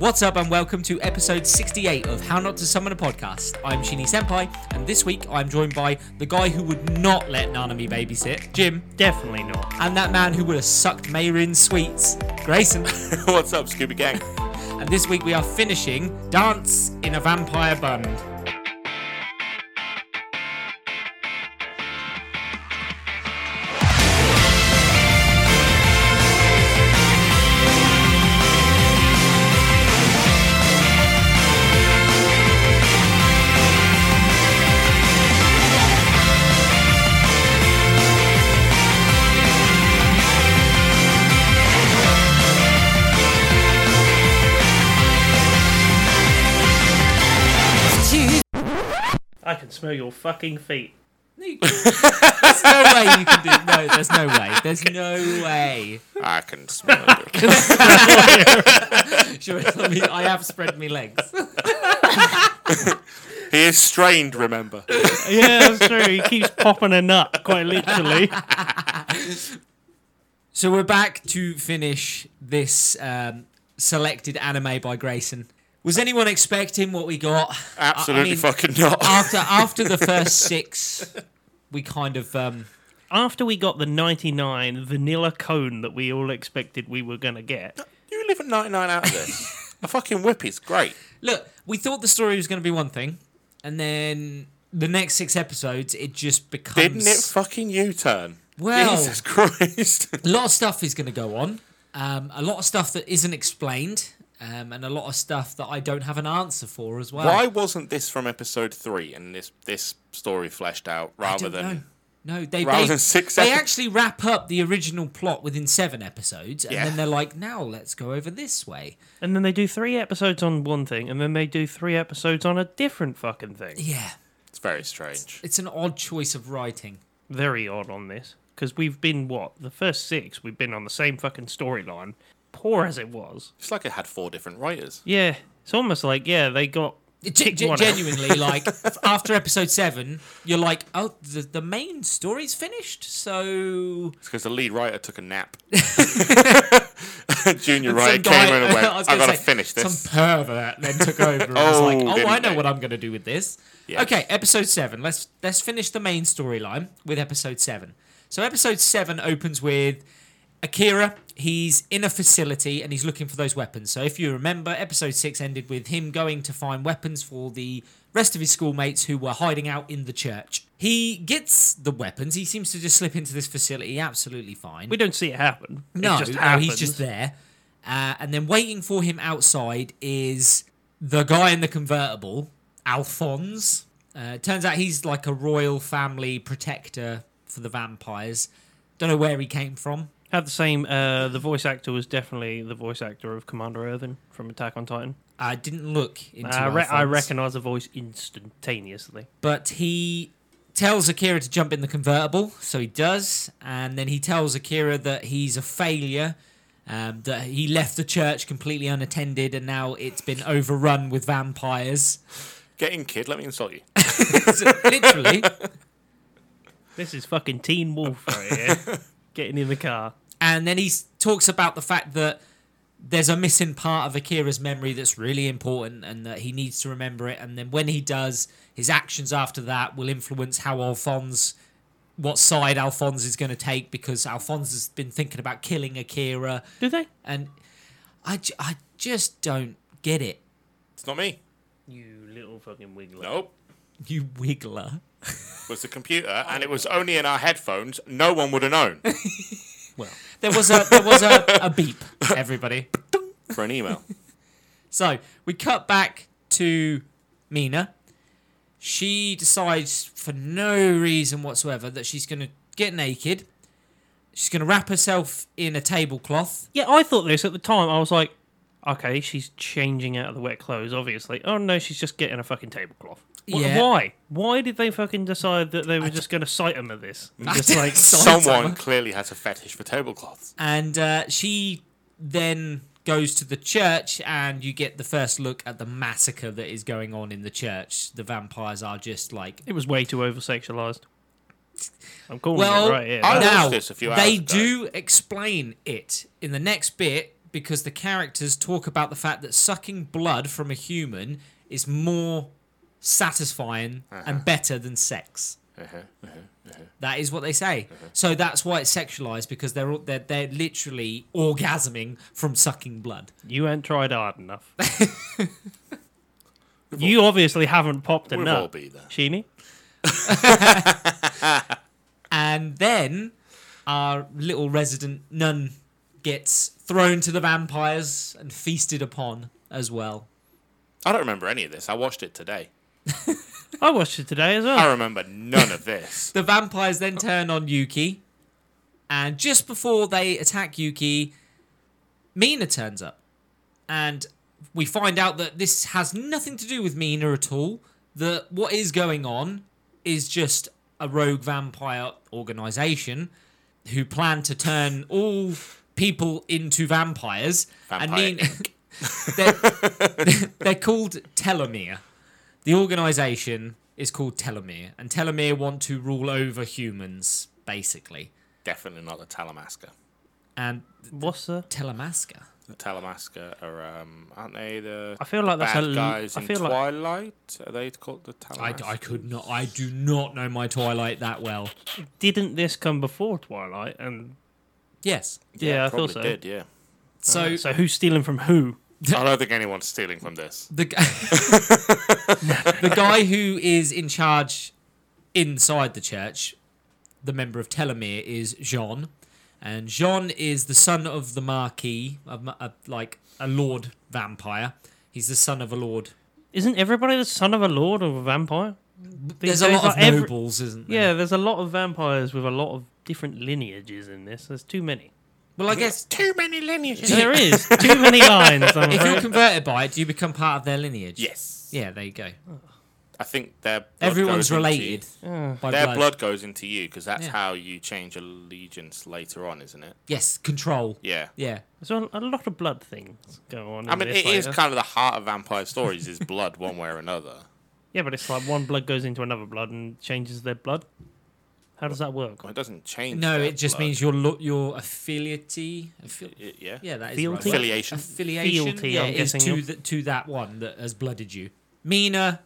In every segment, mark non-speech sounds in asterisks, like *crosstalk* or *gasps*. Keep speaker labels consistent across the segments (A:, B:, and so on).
A: What's up, and welcome to episode 68 of How Not to Summon a Podcast. I'm Shinny Senpai, and this week I'm joined by the guy who would not let Nanami babysit, Jim,
B: Definitely not.
A: and that man who would have sucked Mayrin's sweets, Grayson.
C: *laughs* What's up, Scooby Gang?
A: *laughs* and this week we are finishing Dance in a Vampire
C: *laughs*
A: Bund.
B: I can smell your fucking feet.
A: there's no way you can do No, there's no way. There's no way.
C: I can smell
A: *laughs*
C: it.
A: Sure, I, mean, I have spread me legs.
C: He is strained, remember.
B: Yeah, that's true. He keeps popping a nut, quite literally.
A: So we're back to finish this um, selected anime by Grayson. Was anyone expecting what we got? I- I
C: Absolutely
A: mean,
C: fucking not.
A: After after
C: *laughs*
A: the first six, we kind of um,
B: After we got the 99 vanilla cone that we all expected we were going to get,
C: you live at 99 out of this. A fucking whip is great.
A: look. We thought the story was going to be one thing, and then the next six episodes, it just becomes.
C: Didn't it fucking U turn?
A: Well- *laughs*
C: Jesus *laughs* Christ.
A: a lot of stuff is going to go on. Um, a lot of stuff that isn't explained, um, and a lot of stuff that I don't have an answer for as well.
C: Why wasn't this from episode three and this this story fleshed out rather
A: don't
C: than.
A: know. No, they
C: rather
A: they,
C: than six
A: they
C: epi-
A: actually wrap up the original plot within seven episodes, and
C: Yeah.
A: then they're like, "Now let's go over this way."
B: and then they do three episodes on one thing, and then they do three episodes on a different fucking thing.
A: Yeah,
C: It's very strange.
A: it's an odd choice of writing.
B: Very odd on this. Because we've been, what, the first six, we've been on the same fucking storyline, poor as it was.
C: It's like it had four different writers.
B: Yeah, it's almost like, yeah, they got.
A: Gen-
B: Pick
A: gen-
B: one out.
A: genuinely, like after episode seven, you're like, "Oh, the, the main story's finished." So
C: It's because the lead writer took
A: *laughs*
C: a nap. *laughs* Junior
A: some
C: writer
A: guy-
C: came in
A: *laughs*
C: and went,
A: was
C: I've
A: gonna
C: got to
A: say,
C: finish this.
A: Some pervert then took over and was like,
C: *laughs* Oh,
A: "Oh, I
C: didn't
A: know
C: they?
A: what I'm going to do with this."
C: Yeah.
A: Okay, episode seven. Let's let's finish the main storyline with episode seven. So episode seven opens with Akira. He's in a facility and he's looking for those weapons. So if you remember, episode six ended with him going to find weapons for the rest of his schoolmates who were hiding out in the church. He gets the weapons. He seems to just slip into this facility absolutely fine.
B: We don't see it happen. It
A: No,
B: just
A: no he's
B: happens.
A: just there. Uh, and then waiting for him outside is the guy in the convertible, Alphonse. Uh, turns out he's like a royal family protector for the vampires. Don't know where he came from.
B: Had the same. Uh, the voice actor was definitely the voice actor of Commander Irvin from Attack on Titan.
A: I didn't look into
B: I, re- I
A: Alphonse.
B: recognize the voice instantaneously.
A: But he tells Akira to jump in the convertible, so he does. And then he tells Akira that he's a failure. Um, that he left the church completely unattended and now it's been overrun with vampires.
C: Get in, kid. Let me insult you. *laughs*
A: Literally.
B: This is fucking Teen Wolf right here. Getting in the car.
A: And then he s- talks about the fact that there's a missing part of Akira's memory that's really important and that he needs to remember it. And then when he does, his actions after that will influence how Alphonse, what side Alphonse is going to take because Alphonse has been thinking about killing Akira.
B: Do they?
A: And I, ju- I just don't get it.
C: It's not me.
B: You little fucking wiggler.
C: Nope.
A: You wiggler.
C: was the computer, and it was only in our headphones. No one would
A: *laughs*
C: have known
B: Well,
A: There was a there was a, a beep, everybody.
C: for an email.
A: So we cut back to Mina. She decides, for no reason whatsoever, that she's going to get naked. She's going to wrap herself in a tablecloth.
B: yeah, I thought this at the time. I was like, okay, she's changing out of the wet clothes, obviously. Oh no, she's just getting a fucking tablecloth. Wh-
A: Yeah.
B: Why? Why did they fucking decide that they were just going to cite him at this?
C: *laughs*
B: Just like,
C: Someone clearly has a fetish for tablecloths.
A: And uh, she then goes to the church, and you get the first look at the massacre that is going on in the church. The vampires are just like
B: it was way too over sexualized. I'm calling
A: Well,
B: it right here.
C: I-
A: now
C: watched this a few
A: they
C: hours ago.
A: do explain it in the next bit. because the characters talk about the fact that sucking blood from a human is more satisfying and better than sex. That is what they say. So that's why it's sexualized because they're all, they're they're literally orgasming from sucking blood.
B: You ain't tried hard
A: *laughs*
B: enough. you obviously haven't popped a
C: We've
B: nut.
C: all been there.
B: Sheeny?
A: And then our little resident nun gets thrown to the vampires and feasted upon as well.
C: I don't remember any of this. I watched it today.
B: I watched it today as
C: I
B: well.
C: remember none
B: *laughs*
C: of this.
A: The vampires then turn on Yuki, and just before they attack Yuki, Mina turns up. And we find out that this has nothing to do with Mina at all. That what is going on is just a rogue vampire organization who plan to turn all people into vampires.
C: Vampire
A: and Mina, they're, *laughs* they're *laughs* called Telomere. The organization is called Telomere, and Telomere want to rule over humans, basically.
C: Definitely not the Talamasca.
A: And
B: What's the?
A: Telemaska.
C: The Talamasca are, um, aren't they the?
B: I feel like that's
C: bad
B: a l-
C: guys
B: I
C: in
B: feel like-
C: Twilight. Are they called the
A: I,
C: Talamasca?
A: I could not. I do not know my Twilight that well.
B: Didn't this come before Twilight? And
A: Yes.
B: yeah, I
C: probably
B: thought so. *laughs*
C: did. Yeah,
A: So
B: So who's stealing from who?
C: I don't think anyone's stealing from this.
A: the g- *laughs* the guy who is in charge inside the church, the member of Telomere, is Jean, and Jean is the son of the Marquis, of ma- of, like a Lord vampire. He's the son of a Lord.
B: Isn't everybody the son of a lord or a vampire? These
A: There's a
B: days,
A: lot of
B: like, every-
A: nobles, isn't there?
B: Yeah, there's a lot of vampires with a lot of different lineages in this. There's
A: *laughs*
B: too many.
A: Well, I
B: *laughs*
A: guess
C: Too many lineages.
B: There is too many lines. I'm
A: if you're
B: afraid.
A: converted by it, do you become part of their lineage?
C: Yes.
A: Yeah, there you go.
C: I think their blood
A: Everyone's
C: goes into
A: related. by
C: you. Their
A: blood.
C: blood. goes into you because that's
A: Yeah.
C: how you change allegiance later on, isn't it?
A: Yes, control.
C: Yeah.
A: Yeah.
B: So a lot of blood things go on.
C: I
B: in
C: mean,
B: this
C: it is
B: later.
C: kind of the heart of vampire stories is blood, one way or another.
B: Yeah, but it's like one blood goes into another blood and changes their blood. How does that work?
C: Well, it doesn't change.
A: No,
C: their
A: it just
C: blood.
A: means your lo- your affiliaty. affi-
C: Y- yeah.
A: yeah, that is
B: Fealty?
A: Right. word.
C: Affiliation.
A: Affiliation.
B: Fealty,
A: yeah,
B: I'm
A: it is
B: guessing
A: to
B: you're-
A: the, to that one that has blooded you. Mina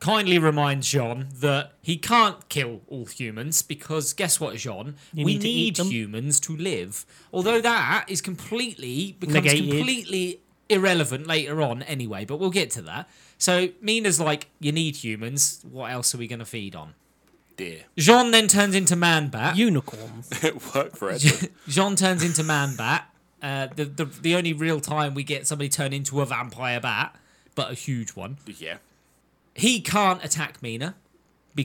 A: kindly reminds Jean that he can't kill all humans because guess what, Jean?
B: You
A: we
B: need to eat
A: need
B: them.
A: humans to live. Although that is completely becomes
B: Negated.
A: completely irrelevant later on anyway, but we'll get to that. So Mina's like, you need humans. What else are we going to feed on?
C: Dear. *laughs*
A: Jean then turns into Man Bat.
B: Unicorns.
C: it worked
A: *laughs*
C: for Edward.
A: Jean turns into man bat. Uh, the, the the only real time we get somebody turn into a vampire bat, but a huge one.
C: yeah.
A: He can't attack Mina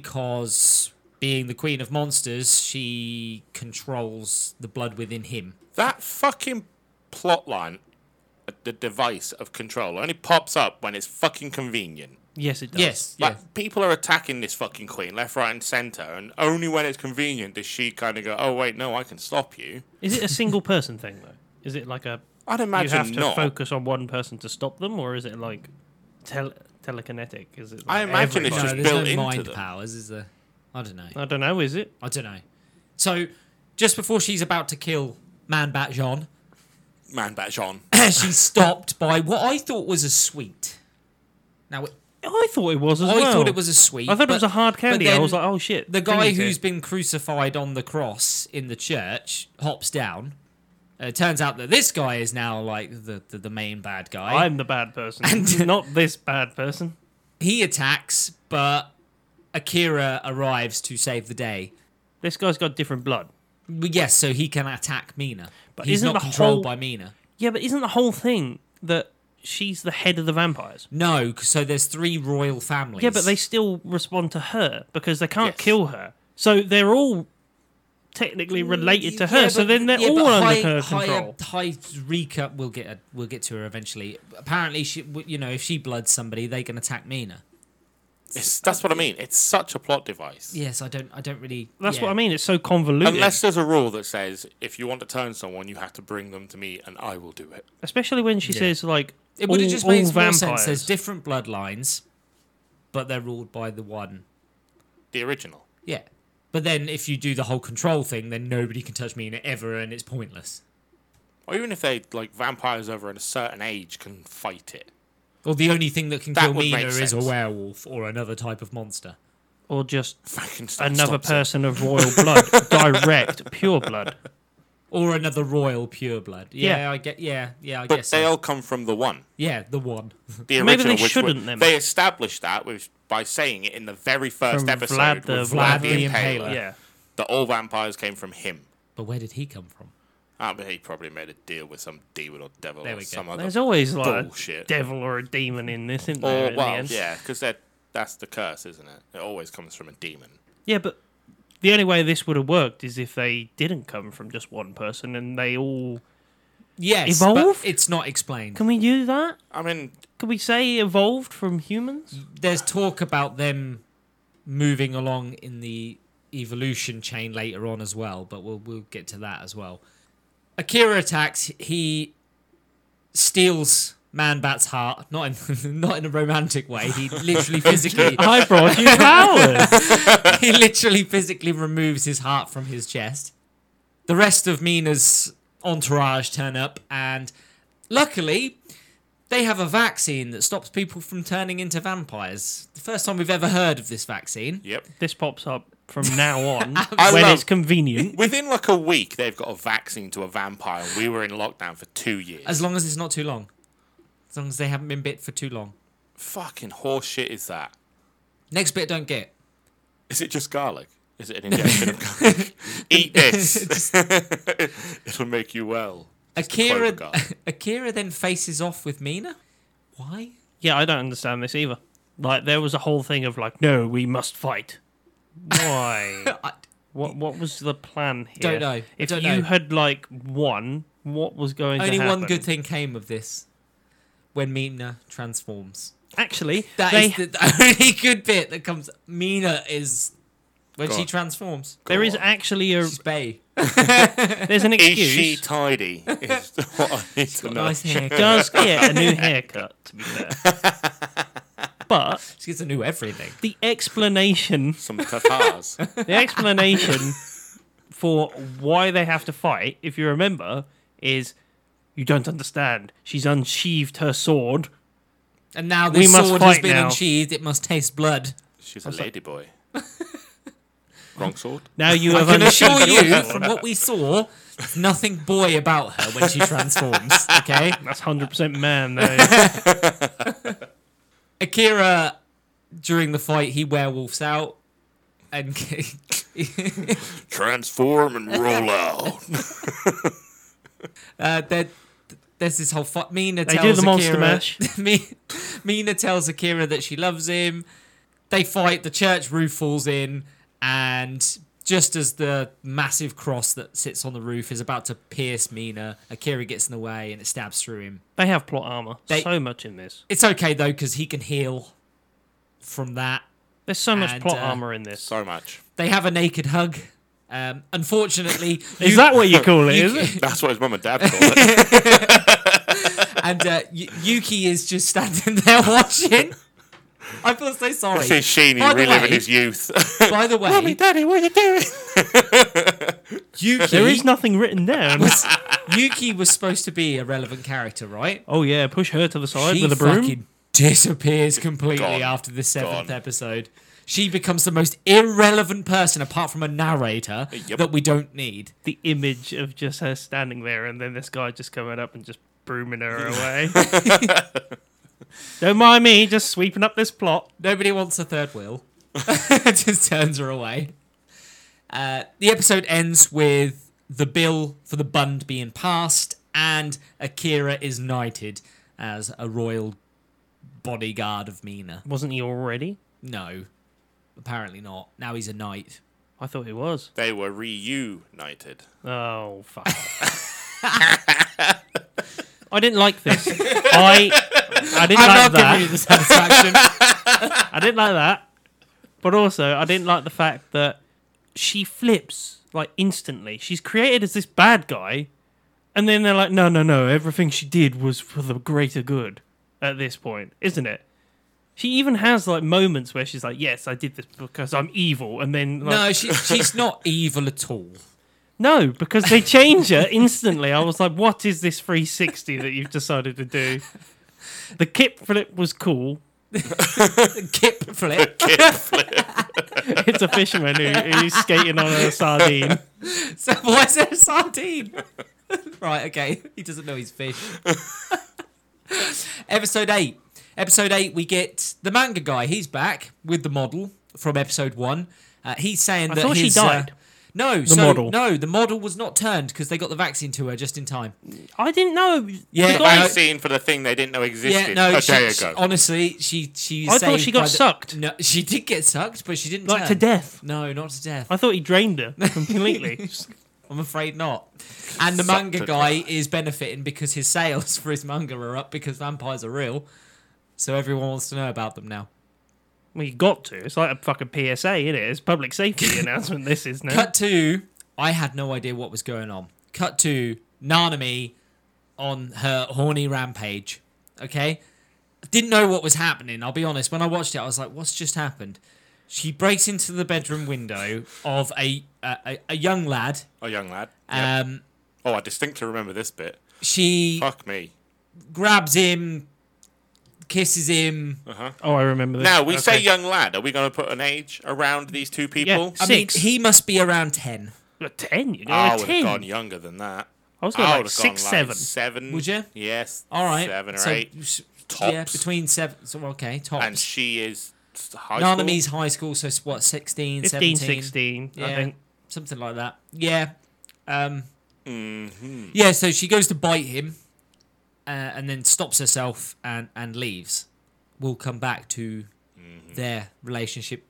A: because, being the queen of monsters, she controls the blood within him.
C: That fucking plot line, uh, the device of control, only pops up when it's fucking convenient.
B: yes, it does.
A: Yes,
C: Like,
A: yeah.
C: people are attacking this fucking queen left, right, and centre, and only when it's convenient does she kind of go, oh, wait, no, I can stop you.
B: Is it a single person thing though? Is it like a
C: I'd
B: you have
C: imagine
B: to
C: not.
B: focus on one person to stop them, or is it like tel- telekinetic? Is it? Like
C: I imagine it's
B: everybody?
A: no,
C: just built
A: there's no
C: into
A: mind
C: them.
A: powers, is there? I don't know.
B: I don't know. Is it?
A: I don't know. So, just before she's about to kill man bat Jean, *clears throat*
C: Man, back on.
A: she's stopped by what I thought was a sweet. Now,
B: I thought it was as
A: I
B: well.
A: thought it was a sweet.
B: I thought
A: but-
B: it was a hard
A: but
B: candy. I
A: then-
B: was like, oh shit.
A: the guy
B: Finley's
A: who's
B: here.
A: been crucified on the cross in the church hops down. Uh, It turns out that this guy is now like the the, the main bad guy.
B: I'm the bad *laughs* person, not this bad person.
A: He attacks, but Akira arrives to save the day.
B: This guy's got different blood.
A: Well, Yes, so he can attack Mina, but he's
B: isn't
A: not
B: the
A: controlled
B: whole-
A: by Mina.
B: Yeah, but isn't the whole thing that she's the head of the vampires?
A: No, 'cause- so there's three royal families.
B: Yeah, but they still respond to her because they can't
C: Yes.
B: kill her. So they're all technically related to her.
A: Mm, Yeah,
B: so
A: but-
B: then they're
A: yeah,
B: all
A: but
B: under
A: Hy-
B: her
A: Hy-
B: control.
A: Hy- Rika, we'll get a, we'll get to her eventually. Apparently, she you know if she bloods somebody, they can attack Mina.
C: It's, that's what I mean. It's such a plot device.
A: Yes, I don't I don't really.
B: That's
A: yeah.
B: what I mean. It's so convoluted,
C: Unless there's a rule that says if you want to turn someone, you have to bring them to me, and I will do it.
B: especially when she
A: Yeah.
B: says like
A: It
B: all,
A: would have just
B: all
A: made more
B: vampires.
A: sense. There's different bloodlines, but they're ruled by the one.
C: The original.
A: Yeah. But then if you do the whole control thing, then nobody can touch Mina ever, and it's pointless.
C: or even if they like vampires over at a certain age can fight it. *laughs*
A: Or the only thing that can
C: That
A: kill
C: would
A: Mina
C: make
A: is a
C: sense.
A: werewolf or another type of monster.
B: or just
C: Frankenstein
B: another
C: stops it.
A: *laughs*
B: person of royal blood, direct pure blood.
A: Or another royal pureblood. Yeah,
B: Yeah.
A: I get. Yeah, yeah, I
C: But
A: guess.
C: they
A: So.
C: all come from the
B: *laughs*
C: one.
A: Yeah, the one.
C: The original,
B: Maybe they
C: which was-
B: shouldn't then.
C: They established that with, by saying it in the very first
B: From
C: episode
B: Vlad the-
C: with
A: Vlad the Impaler.
B: Yeah.
C: that all vampires came from him.
A: But where did he come from?
C: Ah, but he probably made a deal with some demon or devil
A: There
C: or
A: we go.
C: some other.
B: There's always like a
C: Bullshit.
B: devil or a demon in this, isn't there?
C: or
B: in the
C: well,
B: end?
C: yeah, because that that's the curse, isn't it? It always comes from a demon.
B: Yeah, but the only way this would have worked is if they didn't come from just one person and they all.
A: Yes,
B: Evolve?
A: but it's not explained.
B: Can we do that?
C: I mean,
B: Can we say evolved from humans?
A: There's talk about them moving along in the evolution chain later on as well, but we'll we'll get to that as well. Akira attacks. He steals Man Bat's heart, not in *laughs* not in a romantic way. He
B: *laughs*
A: literally physically
B: *laughs* I brought you
A: *laughs*
B: flowers.
A: he literally physically removes his heart from his chest. The rest of Mina's entourage turn up, and luckily, they have a vaccine that stops people from turning into vampires. The first time we've ever heard of this vaccine.
C: yep.
B: *laughs* this pops up from now
A: *laughs*
B: on
C: I
B: when
C: love-
B: it's convenient.
C: Within like a week, they've got a vaccine to a vampire. and We were in lockdown for two years.
A: As long as it's not too long. As long as they haven't been bit for too long.
C: Fucking horseshit is that?
A: Next bit, I don't get.
C: Is it just garlic? Is it an injection of garlic? *laughs* Eat this. *laughs* It'll make you well.
A: Akira,
C: clover guy.
A: *laughs* Akira then faces off with Mina. Why?
B: Yeah, I don't understand this either. Like there was a whole thing of like, no, we must fight.
A: *laughs*
B: Why?
A: I,
B: what What was the plan here?
A: Don't know.
B: If
A: Don't
B: you
A: know.
B: had like won, what was going
A: only
B: to happen?
A: one good thing came of this when Mina transforms.
B: Actually,
A: That
B: they,
A: is the, the *laughs* only good bit that comes. Mina is when
C: Go
A: she
C: on.
A: transforms.
B: *laughs* there
A: *laughs*
B: is
C: God.
B: actually a
A: She's Bay. *laughs*
B: there's an
C: Is she
B: excuse.
C: tidy? *laughs* Is what I need to know.
A: Nice hair.
B: Does get a new haircut
A: *laughs*
B: to be fair, but
A: She gets a new everything.
B: the explanation
C: Some tatars.
B: the explanation for why they have to fight, if you remember, is you don't understand. She's unsheathed her sword.
A: And now this
B: We must
A: sword has
B: fight
A: been
B: now.
A: unsheathed. It must taste blood.
C: She's a ladyboy. Wrong sword.
B: Now you have
A: I can assure
B: unsheathed your
A: you,
B: sword.
A: from what we saw, there's nothing boy about her when she
B: *laughs*
A: transforms. Okay.
B: That's hundred percent
C: *laughs*
B: man though.
A: Akira, during the fight, he werewolves out, and *laughs*
C: Transform and roll out.
A: uh, there, there's this whole fight. Mina
B: They do
A: tells
B: the monster
A: Akira, *laughs*
B: mash.
A: Mi- Mina tells Akira that she loves him. They fight. The church roof falls in, and just as the massive cross that sits on the roof is about to pierce Mina, Akira gets in the way and it stabs through him.
B: they have plot armor.
A: They-
B: so much in this.
A: It's okay though because he can heal from that.
B: There's so much
A: And,
B: plot
A: uh,
B: armor in this.
C: *laughs* So much.
A: They have a naked hug. Um, unfortunately,
B: *laughs* Is
A: you-
B: that what you call it?
A: you-
B: Is it?
C: That's what his mum and dad called it.
A: and uh, y- Yuki is just standing *laughs* there watching. I feel so sorry.
C: This is Sheeny
A: By the
C: reliving
A: way-
C: his youth. *laughs*
A: By the way,
C: Daddy, what are you doing?
A: Yuki
B: There is *laughs* nothing written
C: *laughs*
B: down.
A: was Yuki was supposed to be a relevant character, right?
B: oh yeah, push her to the side
A: She
B: with a broom.
A: fucking disappears completely
C: Gone.
A: after the seventh
C: Gone.
A: episode. She becomes the most irrelevant person apart from a narrator
C: Yep.
A: that we don't need.
B: The image of just her standing there and then this guy just coming up and just brooming her away.
A: *laughs*
B: don't mind me, just sweeping up this plot.
A: Nobody wants a third wheel. *laughs* Just turns her away. Uh, the episode ends with the bill for the bund being passed, and Akira is knighted as a royal bodyguard of Mina.
B: Wasn't he already?
A: No, apparently not. Now he's a knight.
B: I thought he was.
C: They were reunited.
B: Oh fuck.
A: *laughs*
B: I didn't like this. I I didn't
A: I'm not
B: like
A: giving
B: that.
A: you the satisfaction.
B: I didn't like that. But also, I didn't like the fact that she flips like instantly. She's created as this bad guy, and then they're like, no, no, no, everything she did was for the greater good at this point, isn't it? She even has like moments where *laughs* she's like, yes, I did this because I'm evil, and then like,
A: no, she, she's not evil at all. *laughs*
B: No, because they change it instantly. I was like, what is this 360 that you've decided to do? The kip flip was cool.
A: Kip
B: *laughs*
A: flip.
B: It's a fisherman who, who's skating on a sardine.
A: so why is there a sardine? *laughs* right, okay. He doesn't know he's
B: *laughs*
A: fish. episode eight. Episode eight, we get the manga guy. He's back with the model from episode one. Uh, he's saying
B: I
A: that
B: thought she
A: his, uh,
B: died.
A: no, so
B: model.
A: no, the model was not turned because they got the vaccine to her just in time.
B: I didn't know.
A: Yeah,
B: the
A: I-
B: guy-
C: Vaccine for the thing they didn't know
A: Yeah,
C: existed
B: Oh,
C: Oh,
A: no,
C: a
A: she,
C: day
A: she-
C: ago.
A: honestly, she she.
B: I thought she got sucked.
A: No, *laughs* she did get sucked, but she didn't
B: Like to
A: turn.
B: death.
A: No, not to death.
B: I thought he drained
C: *laughs*
B: her completely.
A: I'm afraid not. And the
C: Sucked
A: manga
C: it.
A: guy is benefiting because his sales *laughs* for his manga are up because vampires are real. So everyone wants to know about them now.
B: well, you got to. It's like a fucking PSA, isn't it? It's public
C: *laughs*
B: safety announcement. This is now.
A: Cut to I had no idea what was going on. Cut to Nanami on her horny rampage. Okay? Didn't know what was happening, I'll be honest. When I watched it, I was like, what's just happened? She breaks into the bedroom window of a a, a, a young lad.
C: A young lad. Yeah.
A: Um,
C: oh, I distinctly remember this bit.
A: She
C: Fuck me.
A: grabs him, kisses him.
B: Oh, I remember this.
C: Now we say
B: Okay.
C: young lad. Are we going to put an age around these two people?
B: Yeah.
A: I
B: Six.
A: mean, he must be around 10.
B: A ten. You know,
C: I
B: a
C: would have gone
B: ten.
C: younger than that.
B: I was
C: I
B: going
C: would
B: like
C: have
B: six,
C: gone
B: seven.
C: like seven.
A: Would you?
C: Yes.
A: All right.
C: Seven or
A: so,
C: eight.
A: s- Yeah,
C: Tops.
A: between seven. So, okay, tops.
C: And she is s- high school.
A: Nanami's high school, so s- what, 16,
B: 15,
A: 17?
B: 16,
A: Yeah,
B: I think.
A: something like that. Yeah. Um,
C: Mm-hmm.
A: Yeah, so she goes to bite him uh, and then stops herself and, and leaves. We'll come back to
C: Mm-hmm.
A: their relationship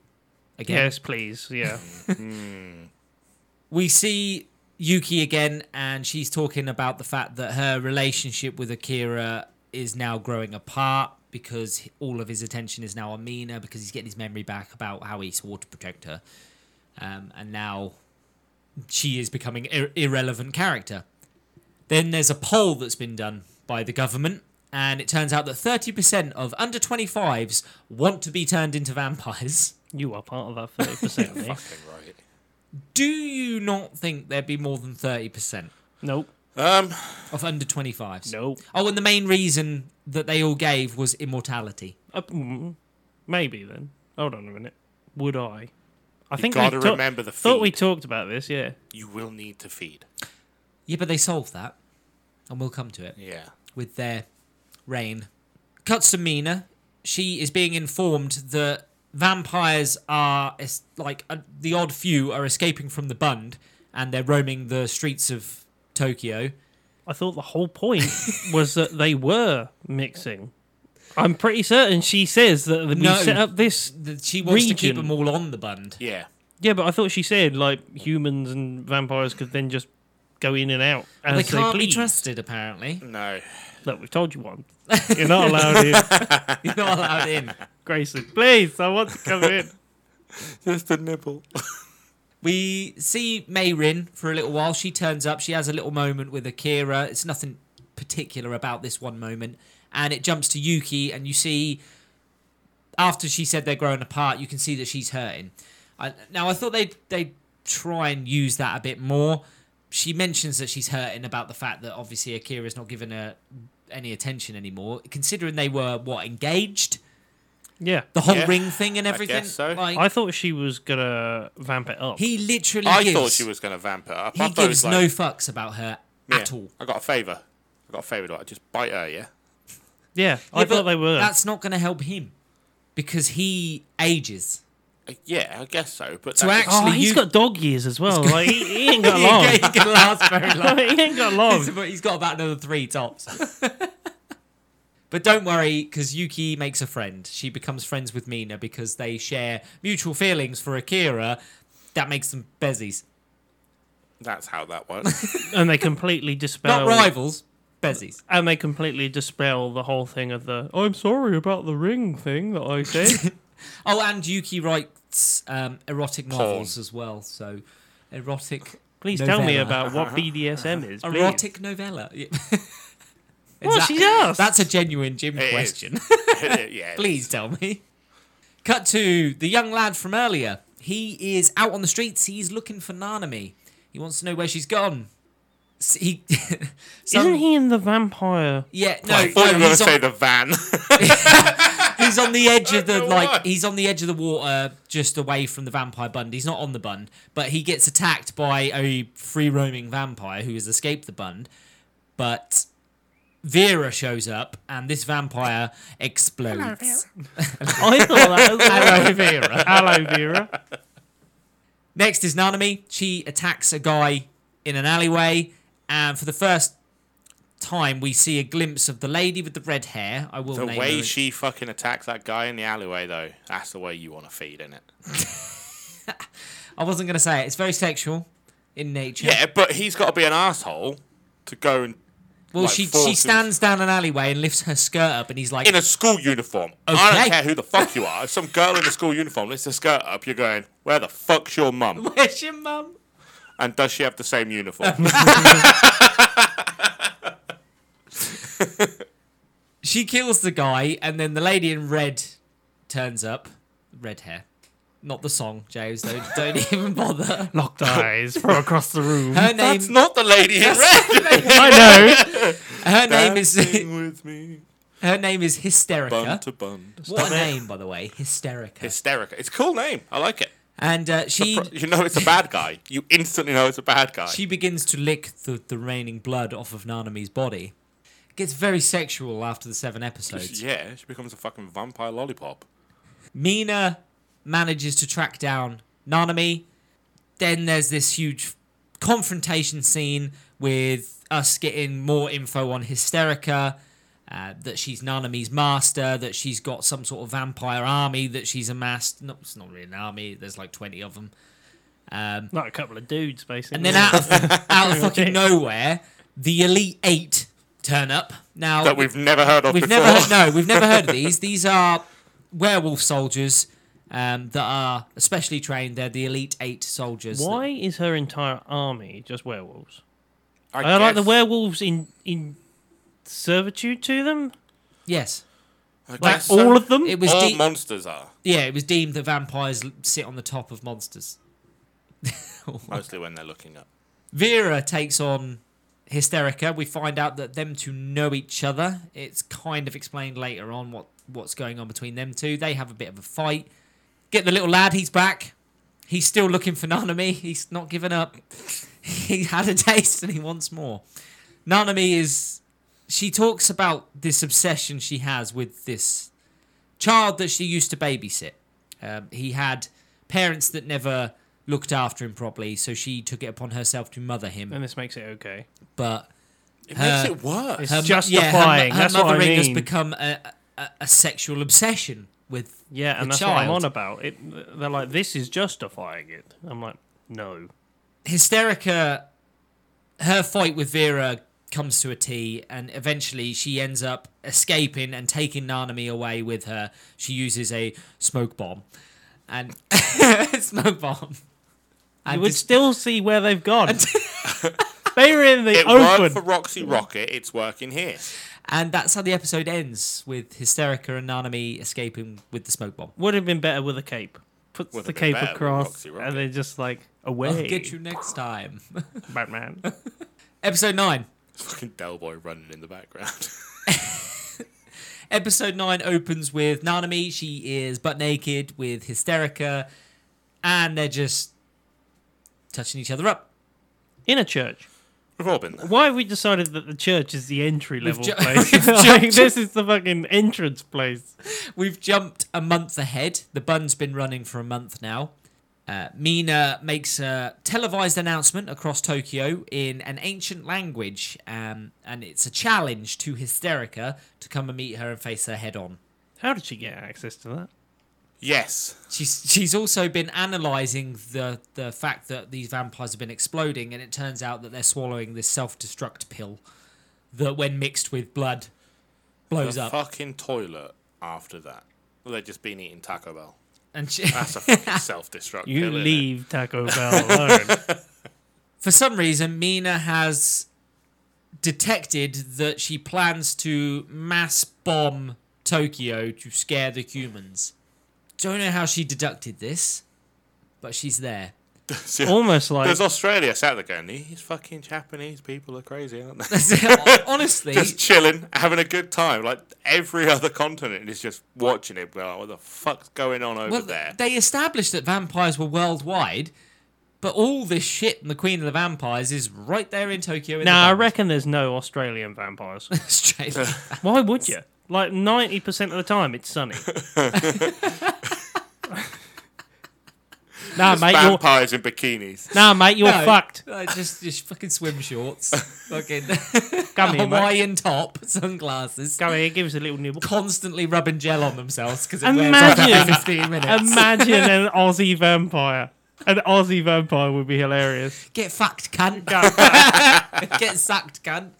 A: again.
B: Yes, please.
C: *laughs*
B: Yeah.
A: we see Yuki again, and she's talking about the fact that her relationship with Akira is now growing apart because all of his attention is now on Mina because he's getting his memory back about how he swore to protect her. Um, and now she is becoming ir- irrelevant character. Then there's a poll that's been done by the government, and it turns out that 30% of under 25s want to be turned into vampires. *laughs*
B: You are part of that
C: *laughs*
B: eh? 30%. mate.
C: Fucking right.
A: Do you not think there'd be more than 30%?
B: Nope.
C: Um,
A: of under 25s.
B: Nope.
A: Oh, and the main reason that they all gave was immortality.
B: Uh, mm, maybe then. Hold on a minute. Would I? I think
C: gotta
B: we ta-
C: remember the
B: thought we
C: feed.
B: talked about this. Yeah.
C: you will need to feed.
A: Yeah, but they solved that. And we'll come to it
C: Yeah.
A: with their reign. Cuts to Mina. She is being informed that vampires are, es- like, uh, the odd few are escaping from the Bund and they're roaming the streets of Tokyo.
B: I thought the whole point was that they were mixing. I'm pretty certain she says that we
A: No.
B: set up this.
A: That She wants to keep
B: Region.
A: them all on the Bund.
C: Yeah.
B: Yeah, but I thought she said like humans and vampires could then just go in and out as
A: they can't be
B: please.
A: trusted, apparently. *laughs*
C: No.
B: Look, we've told you one. You're not allowed in,
A: You're not allowed in.
B: Grayson. Please, I want to come in.
A: *laughs*
C: Just a nipple.
A: We see Mayrin for a little while. She turns up. She has a little moment with Akira. It's nothing particular about this one moment. And it jumps to Yuki, and you see, after she said they're growing apart, you can see that she's hurting. I, now, I thought they'd, they'd try and use that a bit more. She mentions that she's hurting about the fact that obviously Akira's not giving her any attention anymore, considering they were, what, engaged?
B: Yeah,
A: The whole
C: Yeah,
A: ring thing and everything?
C: guess so.
A: Like,
B: I thought she was gonna vamp it up.
A: he literally
C: I
A: gives-
C: thought she was going to vamp it up.
A: He
C: I thought it
A: gives
C: was like,
A: no fucks about her at
C: Yeah,
A: all.
C: I got a favour. I got a favour. Like, just bite her, yeah?
B: yeah, I
A: Yeah, but
B: thought they were.
A: That's not going to help him because he ages.
C: Uh, Yeah, I guess so. But
A: To
C: that-
A: act-
B: Oh,
A: Actually,
B: he's
A: you-
B: got dog years as well. Like he, he ain't got
A: *laughs* he
B: long.
A: can last
B: *laughs*
A: very long.
B: he ain't
A: *laughs*
B: got long.
A: He's- He's got about another three tops. *laughs* but don't worry, because Yuki makes a friend. She becomes friends with Mina because they share mutual feelings for Akira. That makes them bezies,
C: *laughs* that's how
A: *laughs*
C: that works. *laughs*
B: And they completely dispel.
A: not rivals. Bezies.
B: And they completely dispel the whole thing of the "I'm sorry about the ring" thing that
A: *laughs*
B: I said.
A: Oh, and Yuki writes um, erotic novels as well. So, erotic.
B: Please tell me
A: novella.
B: about what BDSM is. please.
A: erotic novella. *laughs* Yeah.
B: Well,
A: Is
B: she does.
A: That's a genuine gym
C: It is.
A: question. *laughs*
C: yeah.
A: Please tell me. Cut to the young lad from earlier. He is out on the streets. He's looking for Nanami. He wants to know where she's gone. S- He, *laughs* some-
B: Isn't he in the
A: *laughs*
B: vampire?
A: Yeah, no,
C: I
A: no,
C: thought you were going to
A: he's,
C: say
A: on,
C: the van. *laughs*
A: he's on the edge of the
C: know why.
A: like. He's on the edge of the water, just away from the vampire bund. He's not on the bund, but he gets attacked by a free roaming vampire who has escaped the bund. But Vera shows up, and this vampire explodes.
B: I thought
A: *laughs*
B: that was
A: Hello, Vera.
B: aloe vera.
A: Next is Nanami. She attacks a guy in an alleyway, and for the first time, we see a glimpse of the lady with the red hair. I will
C: the
A: name
C: way
A: her.
C: she fucking attacks that guy in the alleyway, though, that's the way you want to feed in it.
A: I wasn't going to say it. It's very sexual in nature.
C: Yeah, but he's got to be an asshole to go and
A: Well,
C: like,
A: she she
C: forces-
A: stands down an alleyway and lifts her skirt up, and he's like,
C: in a school uniform. I
A: Okay.
C: don't care who the fuck you are. If some girl in a school uniform lifts her skirt up, you're going, where the fuck's
A: *laughs*
C: your mum?
A: *laughs* "Where's your mum?"
C: And does she have the same uniform?
A: She kills the guy, and then the lady in red turns up, red hair. Not the song, James. Don't, don't *laughs* even bother.
B: Locked eyes from across the room.
A: Her
C: That's
A: name,
C: not the lady in red.
B: *laughs* I know.
A: her name is, *laughs*
C: Dancing with me,
A: her name is Hysterica.
C: bun to bun.
A: What a name, by the way, Hysterica.
C: Hysterica. It's a cool name. I like it.
A: and uh, she
C: Pro- You know it's a bad guy. You instantly know it's a bad guy.
A: she begins to lick the, the remaining blood off of Nanami's body. Gets very sexual after the seven episodes.
C: yeah, she becomes a fucking vampire lollipop.
A: Mina manages to track down Nanami. Then there's this huge confrontation scene with us getting more info on Hysterica, uh, that she's Nanami's master, that she's got some sort of vampire army that she's amassed. No, it's not really an army. There's like 20 of them. Um,
B: Not a couple of dudes, basically.
A: and then out of, out of fucking nowhere, the Elite Eight turn up. Now
C: That we've never heard of
A: We've
C: before.
A: never heard, no, we've never heard of these. These are werewolf soldiers um, that are especially trained. They're the elite eight soldiers.
B: Why is her entire army just werewolves?
C: I
B: Are like the
C: guess-
B: werewolves in in servitude to them?
A: that- yes,
C: I
B: Like
C: guess so.
B: all of them?
A: it was.
C: all
A: de-
C: monsters are
A: yeah, it was deemed that vampires l- sit on the top of monsters.
C: mostly when they're looking up.
A: Vera takes on Hysterica. We find out that them two know each other. It's kind of explained later on what what's going on between them two. They have a bit of a fight. Get the little lad. He's back. He's still looking for Nanami. He's not given up. *laughs* he had a taste and he wants more. Nanami is. She talks about this obsession she has with this child that she used to babysit. Um, he had parents that never looked after him properly, so she took it upon herself to mother him.
B: And this makes it okay.
A: But
C: It
A: Her-
C: makes it worse.
B: It's
A: mo-
B: justifying.
A: her,
B: That's
A: mothering
B: what I
A: has
B: mean.
A: become a, a, a sexual obsession with.
B: yeah, and
A: the
B: that's what I'm
A: child.
B: on about. It, they're like, this is justifying it. I'm like, no.
A: Hysterica, her fight with Vera comes to a T, and eventually she ends up escaping and taking Nanami away with her. She uses a smoke bomb. And *laughs* smoke bomb.
B: You
A: And
B: would
A: dis-
B: still see where they've gone.
A: *laughs*
B: they were in the
C: It
B: open.
C: worked for Roxy Rocket. It's working here.
A: and that's how the episode ends with Hysterica and Nanami escaping with the smoke bomb.
B: Would have been better with a cape. Puts
C: Would've
B: the
C: been
B: cape
C: better with
B: across,
C: Roxy
B: and
C: Rocket.
B: they're just like
A: I'll
B: away.
A: get you next time.
B: Batman.
A: episode 9.
C: Fucking Del Boy running in the background. *laughs*
A: Episode 9 opens with Nanami. She is butt naked with Hysterica, and they're just touching each other up.
B: in a church.
C: We've all been there.
B: Why have we decided that the church is the entry level
A: ju- *laughs*
B: place?
A: we've
B: Like,
A: jumped-
B: this is the fucking entrance place.
A: We've jumped a month ahead. The bun's been running for a month now. Uh, Mina makes a televised announcement across Tokyo in an ancient language, um, and it's a challenge to Hysterica to come and meet her and face her head on.
B: How did she get access to that?
C: Yes.
A: She's she's also been analysing the the fact that these vampires have been exploding, and it turns out that they're swallowing this self destruct pill that, when mixed with blood, blows
C: the
A: up.
C: fucking toilet after that. Well, they've just been eating Taco Bell.
A: And she, *laughs*
C: That's a fucking
B: *laughs*
C: self destruct.
B: You leave Taco Bell alone.
C: *laughs*
A: for some reason, Mina has detected that she plans to mass bomb Tokyo to
C: *laughs*
A: scare the humans. Don't know how she deducted this, but she's there. *laughs*
C: There's-
B: Almost like
C: There's Australia sat there going, these fucking Japanese people are crazy, aren't
A: *laughs*
C: they?
A: Honestly,
C: just chilling, having a good time. Like every other continent is just watching it. Well, what the fuck's going on over
A: well,
C: there?
A: they established that vampires were worldwide, but all this shit and the Queen of the Vampires is right there in Tokyo. in the
B: Now I
A: band.
B: reckon there's no Australian vampires.
A: *laughs* Australia.
B: Why would you? Like ninety percent of the time, it's sunny. nah, mate, you're
C: Vampires in bikinis.
B: nah, mate, you're
A: No,
B: fucked.
A: uh, just, just fucking swim shorts, fucking *laughs*
B: Come here, mate.
A: Hawaiian top, sunglasses,
B: Come here, give us a little nibble.
A: constantly rubbing gel on themselves because it wears off
B: Imagine.
A: after 15 minutes.
B: Imagine an
A: *laughs*
B: Aussie vampire. An Aussie vampire would be hilarious.
A: Get fucked, cunt.
B: *laughs*
A: *laughs*
B: Go-
A: Get sacked, cunt.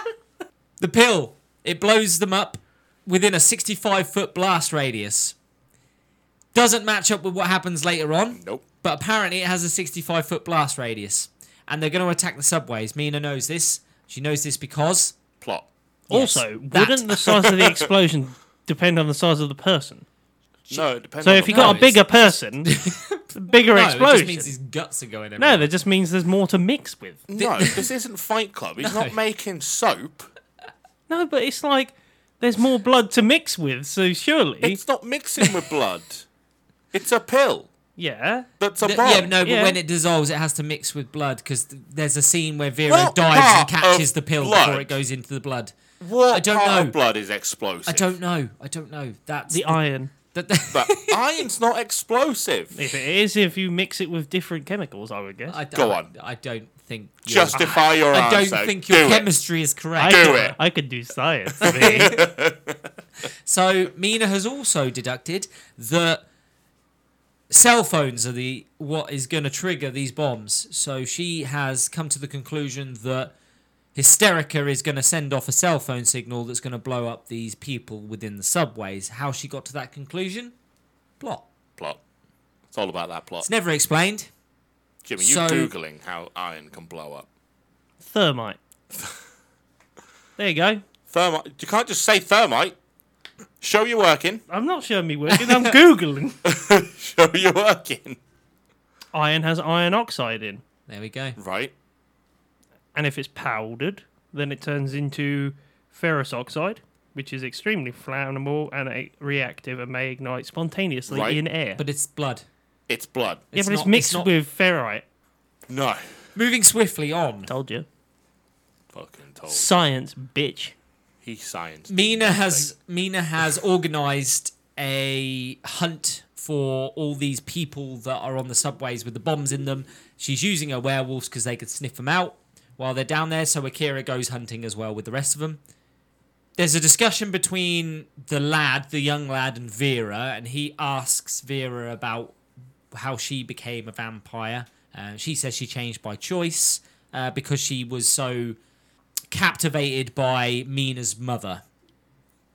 A: *laughs* the pill. It blows them up within a 65 foot blast radius. Doesn't match up with what happens later on,
C: Nope.
A: but apparently it has a 65 foot blast radius. And they're going to attack the subways. Mina knows this. She knows this because.
C: Plot.
B: also,
A: Yes, that.
B: wouldn't the size of the explosion depend on the size of the person?
C: No, it depends.
B: So
C: on
B: if
C: the
B: you got
A: No,
B: a
A: it's- *laughs*
B: bigger person, the bigger
A: No, it
B: explosion.
A: just means his guts are going everywhere.
B: no, that just means there's more to mix with.
C: No, this isn't Fight
A: *laughs*
C: Club. He's not making soap.
B: No, but it's like there's more blood to mix with, so surely,
C: It's not mixing with blood. It's a pill.
B: yeah.
C: That's a
A: Th-
C: bomb.
A: yeah, no, but
B: Yeah.
A: when it dissolves, it has to mix with blood because th- there's a scene where Vera
C: What
A: dives and
C: part
A: catches
C: of
A: the pill before
C: blood?
A: it goes into the blood.
C: What
A: I don't
C: part
A: know.
C: of blood is explosive?
A: I don't know. I don't know. That's *laughs*
B: The iron.
A: that,
C: But iron's not explosive.
B: If it is, if you mix it with different chemicals, I would
A: *laughs*
B: guess.
A: I,
C: Go
A: I-
C: on.
A: I, don't think. you're-
C: Justify your
A: I don't
C: answer.
A: think
C: Do
A: your
C: it.
A: chemistry is
B: I
A: correct.
C: Do
B: could,
C: it.
B: I could
A: *laughs*
B: do science. mate.
A: So Mina has also deducted that cell phones are the what is going to trigger these bombs. So she has come to the conclusion that Hysterica is going to send off a cell phone signal that's going to blow up these people within the subways. How she got to that conclusion? Plot.
C: Plot. It's all about that plot.
A: It's never explained.
C: Jimmy, you
A: so-
C: googling how iron can blow up.
B: Thermite. There you go.
C: Thermite. You can't just say thermite. Show
A: *laughs*
C: you're working.
B: I'm not showing me working. I'm googling.
C: Show you're working.
B: Iron has iron oxide in,
A: There we go.
C: Right.
B: and if it's powdered, then it turns into ferrous oxide, which is extremely flammable and a- reactive and may ignite spontaneously
C: Right.
B: in air.
A: But it's blood.
C: It's blood.
B: yeah, but
A: not-
B: it's mixed
A: not-
B: with ferrite.
C: No.
A: Moving swiftly on.
B: Told you.
C: Fucking told.
B: Science, bitch.
C: He science.
A: Mina has Mina has organised a hunt for all these people that are on the subways with the bombs in them. She's using her werewolves because they could sniff them out while they're down there. So Akira goes hunting as well with the rest of them. There's a discussion between the lad, the young lad, and Vera, and he asks Vera about how she became a vampire. Uh, she says she changed by choice uh, because she was so captivated by Mina's mother.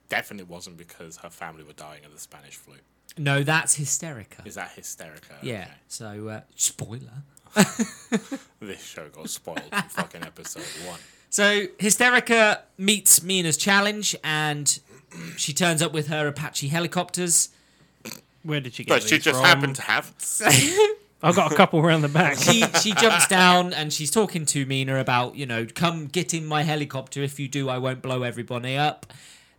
C: Definitely wasn't because her family were dying of the Spanish flu.
A: No, that's Hysterica.
C: Is that hysterical?
A: Yeah. So, uh, spoiler.
C: This show got spoiled in
A: *laughs*
C: fucking episode one.
A: So, Hysterica meets Mina's challenge and she turns up with her Apache helicopters.
B: Where did she get
C: But
B: these
C: she just
B: from?
C: happened
A: *laughs*
C: to have.
B: I've got a couple around the back.
C: *laughs*
A: She, she jumps down and she's talking to Mina about, you know, come get in my helicopter. If you do, I won't blow everybody up.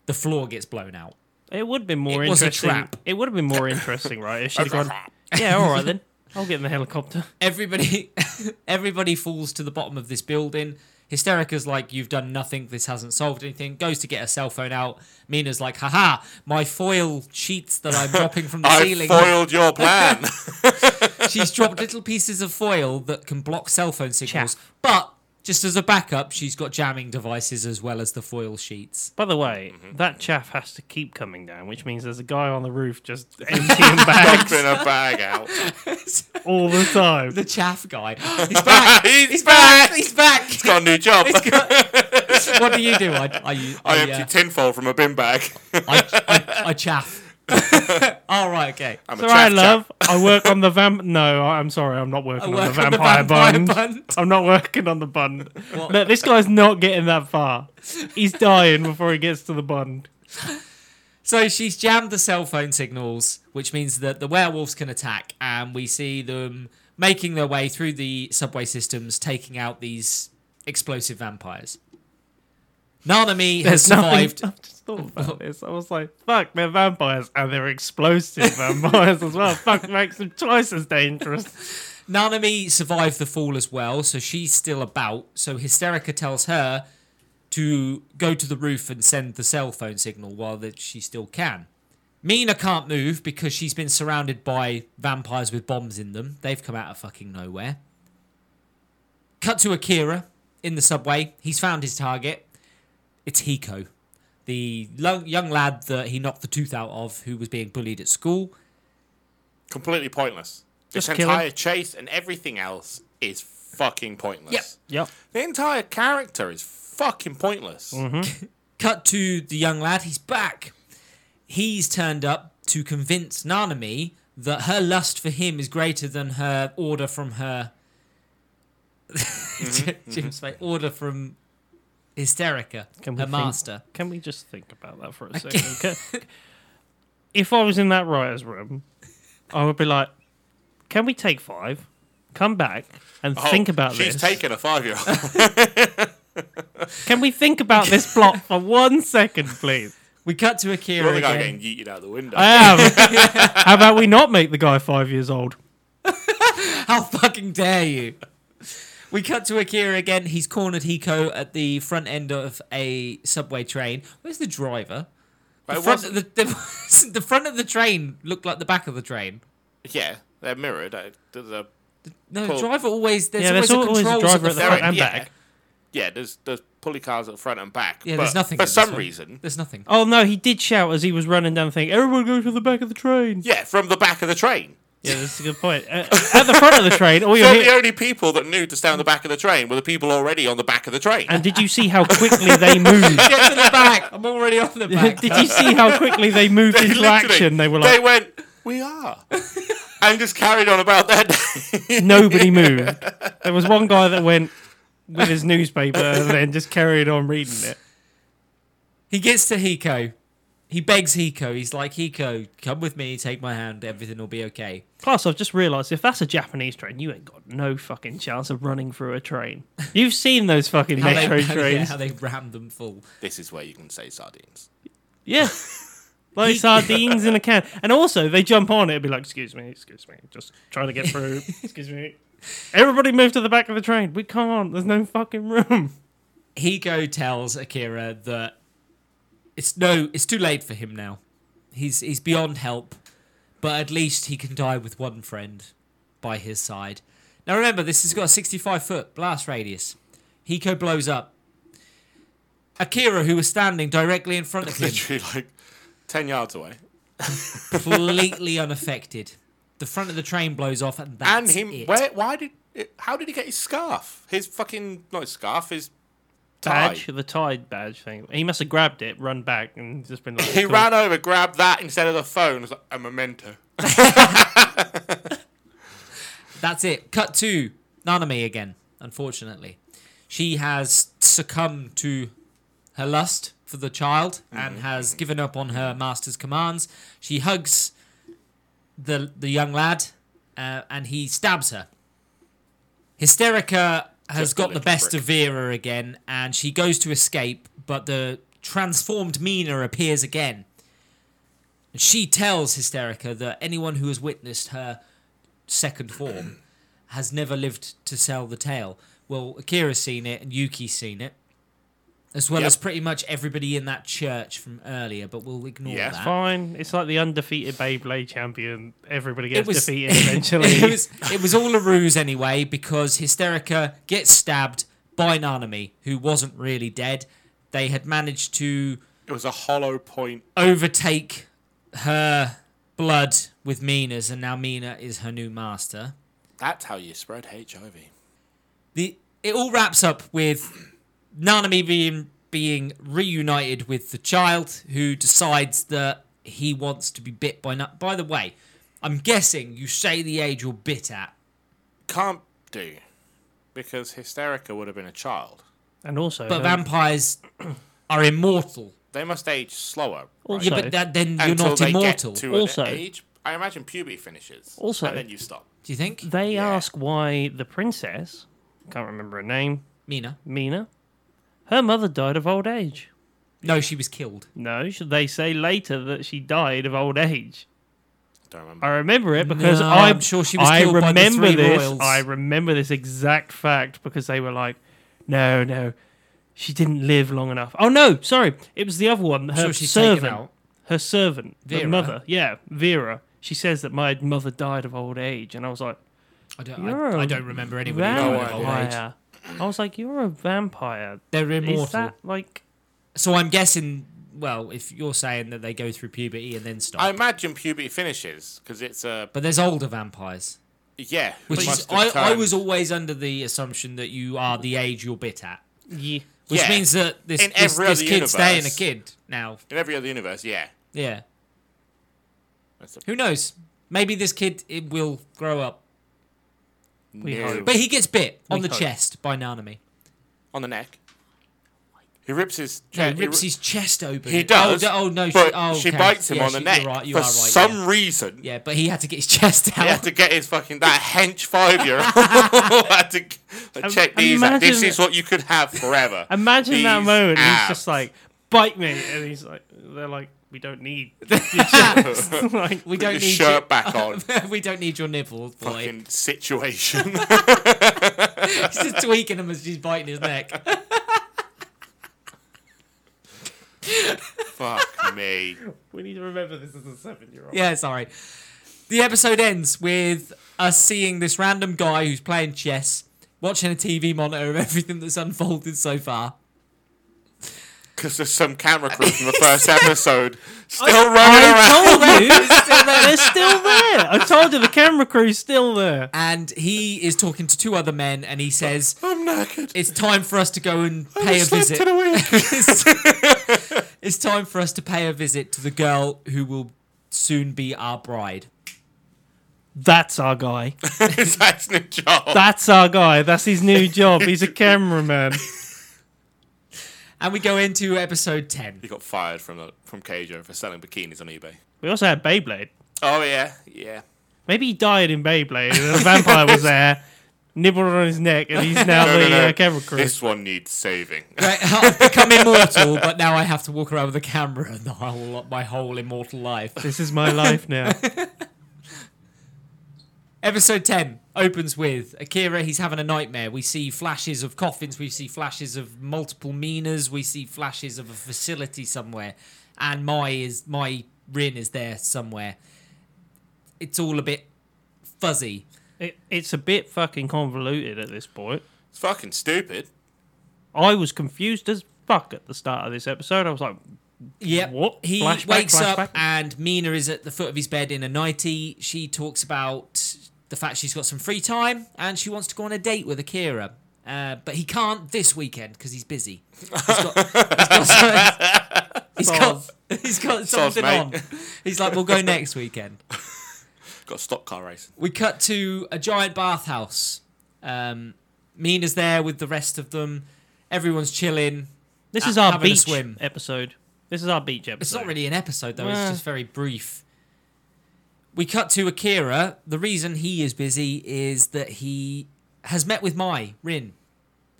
A: The floor gets blown out.
B: It would have been more
A: It was a
B: interesting.
A: trap.
B: It would have been more interesting, right? If
A: *laughs*
B: she'd gone, yeah, all right then. I'll get in the helicopter.
A: everybody *laughs* everybody falls to the bottom of this building. Hysterica's like, you've done nothing, this hasn't solved anything. Goes to get her cell phone out. Mina's like, haha, my foil sheets that I'm dropping *laughs* from the
C: I
A: ceiling.
C: foiled
A: *laughs*
C: your plan.
A: She's dropped little pieces of foil that can block cell phone signals. But just as a backup, she's got jamming devices as well as the foil sheets.
B: By the way,
A: Mm-hmm.
B: that chaff has to keep coming down, which means there's a guy on the roof just *laughs* emptying bags
C: Bring a bag out.
B: all the time.
A: The chaff guy. *gasps* He's back!
C: *laughs* He's
A: He's *laughs* back! He's back!
C: Got a new job.
A: what do you do? I, I,
C: I
A: I,
C: empty
A: uh,
C: tinfoil from a
B: *laughs*
C: bin bag.
A: I, I, I *laughs* chaff. All right, okay.
C: I'm a
B: It's all right,
C: chaff chap.
B: love. I work on the vamp. No, I- I'm sorry, I'm not working on the
A: work on the
B: vampire,
A: vampire
B: bun.
A: bun.
B: I'm not working on the bun. Look, this guy's not getting that far. He's dying before he gets to the bun.
A: So she's jammed the cell phone signals, which means that the werewolves can attack, and we see them making their way through the subway systems, taking out these explosive vampires. Nanami has
B: There's nothing.
A: survived.
B: I just thought about this. I was like, fuck, they're vampires and they're explosive vampires as well. Fuck, makes them twice as dangerous.
A: Nanami survived the fall as well, so she's still about. So Hysterica tells her to go to the roof and send the cell phone signal while that she still can. Mina can't move because she's been surrounded by vampires with bombs in them. They've come out of fucking nowhere. Cut to Akira in the subway. He's found his target. It's Hiko, the lo- young lad that he knocked the tooth out of who was being bullied at school.
C: Completely pointless. This
B: Just kill
C: entire chase and everything else is fucking pointless.
A: Yep.
B: Yep.
C: The entire character is fucking pointless.
B: Mm-hmm.
A: Cut to the young lad. He's back. He's turned up to convince Nanami that her lust for him is greater than her order from her. *laughs* Jim's face. Order from Hysterica,
B: Can we
A: her
B: think-
A: master.
B: Can we just think about that for a second? Ca- if I was in that writer's room, I would be like, can we take five, come back, and
C: Oh,
B: think about
C: she's
B: this?
C: taken a
B: *laughs*
C: five year old.
B: Can we think about this plot for one second, please?
A: We cut to Akira
C: Another guy
A: again.
C: getting yeeted out the window.
B: I am.
C: *laughs*
B: How about we not make the guy five years old?
A: How fucking dare you? We cut to Akira again. He's cornered Hiko at the front end of a subway train. Where's the driver?
C: But
A: The
C: it
A: front,
C: wasn't-
A: of the, the, *laughs* the front of the train looked like the back of the train.
C: yeah, they're mirrored. I- There's a
A: No,
C: Pull.
A: driver always there's
B: Yeah,
A: always
B: there's
A: a
B: always a
A: controls
B: driver
A: at the
B: at
A: front.
B: front. and
C: yeah.
B: back.
C: Yeah, there's there's pulley cars at front and back.
A: Yeah,
C: but
A: there's nothing
C: for
A: in this
C: some
A: one.
C: reason.
A: There's nothing.
B: Oh no, he did shout as he was running down the thing. Everyone go to the back of the train.
C: Yeah, from the back of the train.
B: Yeah, that's a good point. Uh, at the front of the train, oh, all you
C: They're the
B: hear.
C: only people that knew to stay on the back of the train were the people already on the back of the train.
B: And did you see how quickly they moved?
A: Get to the back. I'm already on the back.
B: did you see how quickly they moved *laughs*
C: They
B: into
C: literally-
B: action? They were
C: they
B: like,
C: went,
B: *laughs*
C: we are, and just carried on about that.
B: nobody moved. There was one guy that went with his newspaper and then just carried on reading it.
A: *laughs* He gets to Hiko. He begs Hiko. He's like, Hiko, come with me. Take my hand. Everything will be okay.
B: Plus, I've just realised if that's a Japanese train, you ain't got no fucking chance of running through a train. You've seen those fucking
A: How *laughs*
B: metro
A: they, how they-
B: trains.
A: How they rammed them full.
C: *laughs* this is where you can say sardines.
B: *laughs* Yeah. Like sardines in a can. And also, they jump on it and be like, excuse me, excuse me, just trying to get through. *laughs* Excuse me. Everybody move to the back of the train. We can't. There's no fucking room.
A: Higo tells Akira that it's no, it's too late for him now. He's he's beyond help, but at least he can die with one friend by his side. Now remember, this has got a 65 foot blast radius. Hiko blows up. Akira, who was standing directly in front of
C: *laughs*
A: him,
C: *laughs* Literally like ten yards away,
A: completely unaffected. The front of the train blows off, and
C: and
A: that's
C: him.
A: it.
C: Where? Why did? It, how did he get his scarf? His fucking not his scarf. His tie.
B: Badge, the Tide badge thing. He must have grabbed it, run back, and
A: *laughs*
B: just been like,
C: He
B: "Cool."
C: ran over, grabbed that instead of the phone. It was like a memento.
A: That's it. Cut to Nanami again, unfortunately. She has succumbed to her lust for the child and
C: Mm-hmm.
A: has given up on her master's commands. She hugs the the young lad uh, and he stabs her. Hysterica has
C: Just a
A: got the
C: little
A: best
C: prick.
A: of Vera again and she goes to escape, but the transformed Mina appears again. And she tells Hysterica that anyone who has witnessed her second form has never lived to sell the tale. Well, Akira's seen it and Yuki's seen it, as well
C: Yep.
A: as pretty much everybody in that church from earlier. But we'll ignore
C: Yeah.
A: that.
B: *laughs* Fine. It's like the undefeated Beyblade champion. Everybody
A: It
B: gets
A: was, *laughs*
B: defeated eventually.
A: it was it was all a ruse anyway because Hysterica gets stabbed by Nanami, who wasn't really dead. They had managed to
C: It was a hollow point.
A: overtake her blood with Mina's, and now Mina is her new master.
C: That's how you spread HIV.
A: the it all wraps up with Nanami being being reunited with the child who decides that he wants to be bit by nut. By the way, I'm guessing you say the age you're bit at.
C: Can't do because Hysterica would have been a child.
B: and also, um,
A: But
B: her-
A: vampires are immortal.
C: They must age slower.
B: Also-
A: Yeah, but that, then you're
C: Until
A: not
C: they
A: immortal.
C: Get to an
B: Also-
C: age, I imagine puberty finishes.
B: Also-
C: and then you stop.
A: Do you think?
B: They
C: Yeah.
B: ask why the princess, can't remember her name,
A: Mina?
B: Mina, her mother died of old age.
A: No, she was killed.
B: No, sh- they say later that she died of old age.
C: Don't remember.
B: I remember it because
A: No,
B: I,
A: I'm sure she was
B: I
A: killed by the
B: remember
A: three
B: this.
A: royals.
B: I remember this exact fact because they were like, "No, no, she didn't live long enough." Oh no, sorry, it was the other one. Her
A: sure she's taken
B: servant,
A: out.
B: her servant, the
A: Vera.
B: mother. Yeah, Vera. She says that my mother died of old age, and I was like,
A: I don't,
B: You're
A: I, I
B: a
A: don't remember anybody dying of old age.
B: "Vampire." I was like, "You're a vampire."
A: They're immortal.
B: Is that like?
A: So I'm guessing, well, if you're saying that they go through puberty and then stop.
C: I imagine puberty finishes because it's a
A: but there's older vampires.
C: yeah.
A: Which
C: it
A: is,
C: must
A: I,
C: have
A: I
C: turned-
A: was always under the assumption that you are the age you're bit at.
B: Yeah.
A: Which
C: Yeah.
A: means that this,
C: In
A: this,
C: every
A: this
C: other
A: kid's staying a
C: universe.
A: kid now.
C: in every other universe. Yeah,
A: Yeah.
C: That's a-
A: Who knows? Maybe this kid it will grow up.
B: We
C: No.
B: hope.
A: But he gets bit on
B: We
A: the
B: hope.
A: chest by Nanami.
C: on the neck. He rips his.
A: No,
C: chest-
A: he rips his chest open.
C: He does.
A: Oh, no, oh, no.
C: but
A: she, oh,
C: she
A: okay.
C: bites him
A: Yeah,
C: on the
A: she-
C: neck
A: You're right, you
C: for
A: are right,
C: some
A: yeah.
C: reason.
A: Yeah, but he had to get his *laughs* chest
C: He
A: out.
C: had to get his fucking that hench
A: *laughs*
C: five year old *laughs* had to g- check these. out. This
B: imagine-
C: is what you could have forever.
B: Imagine that
C: These
B: moment. He's
C: abs.
B: just like, bite me, and he's like, they're like, we don't *laughs* need. your chest." *laughs* like,
A: we
C: Put
A: don't need
C: your shirt back on.
A: Your, *laughs* we don't need your nipple, boy.
C: Fucking situation.
A: He's just tweaking him as she's biting his neck.
C: *laughs* Fuck me.
B: we need to remember this is a seven-year-old.
A: yeah, sorry. The episode ends with us seeing this random guy who's playing chess, watching a TV monitor of *laughs* everything that's unfolded so far.
C: Because there's some camera crew from the first episode still running around.
A: *laughs*
B: I told you, *laughs* they're still there. I told you the camera crew's still there.
A: And he is talking to two other men, and he says,
C: I'm knackered.
A: "It's time for us to go and pay a
C: Slept
A: visit."
C: in a week.
A: it's, *laughs* it's time for us to pay a visit to the girl who will soon be our bride.
B: That's our guy.
C: *laughs* It's that's new job.
B: That's our guy. That's his new job. He's a cameraman.
A: And we go into episode 10.
C: he got fired from the, from Keijo for selling bikinis on eBay.
B: We also had Beyblade.
C: Oh yeah, yeah.
B: Maybe he died in Beyblade, and a vampire was there, nibbled on his neck, and he's now
C: No,
B: the
C: no, no.
B: Uh, camera crew.
C: This one needs saving. *laughs*
A: Right, I've become immortal, but now I have to walk around with a camera the whole, *laughs* my whole immortal life.
B: This is my life now.
A: Episode 10 opens with Akira, he's having a nightmare. We see flashes of coffins, we see flashes of multiple Minas, we see flashes of a facility somewhere, and my is my Rin is there somewhere. It's all a bit fuzzy.
B: It, it's a bit fucking convoluted at this point.
C: It's fucking stupid.
B: I was confused as fuck at the start of this episode. I was like,
A: Yep.
B: What?
A: He
B: Flashback,
A: wakes
B: flashback?
A: up and Mina is at the foot of his bed in a nightie. She talks about the fact she's got some free time and she wants to go on a date with Akira. Uh, but he can't this weekend because he's busy. He's got, he's got, some- he's got, he's got
C: Soz,
A: something on.
C: mate.
A: He's like, we'll go next weekend.
C: Got stock car racing.
A: We cut to a giant bathhouse. Um, Mina's there with the rest of them. Everyone's chilling.
B: this
A: Ha-
B: is our
A: having a
B: beach
A: swim.
B: episode. This is our beach episode.
A: It's not really an episode though.
B: Well.
A: It's just very brief. We cut to Akira. The reason he is busy is that he has met with Mai Rin.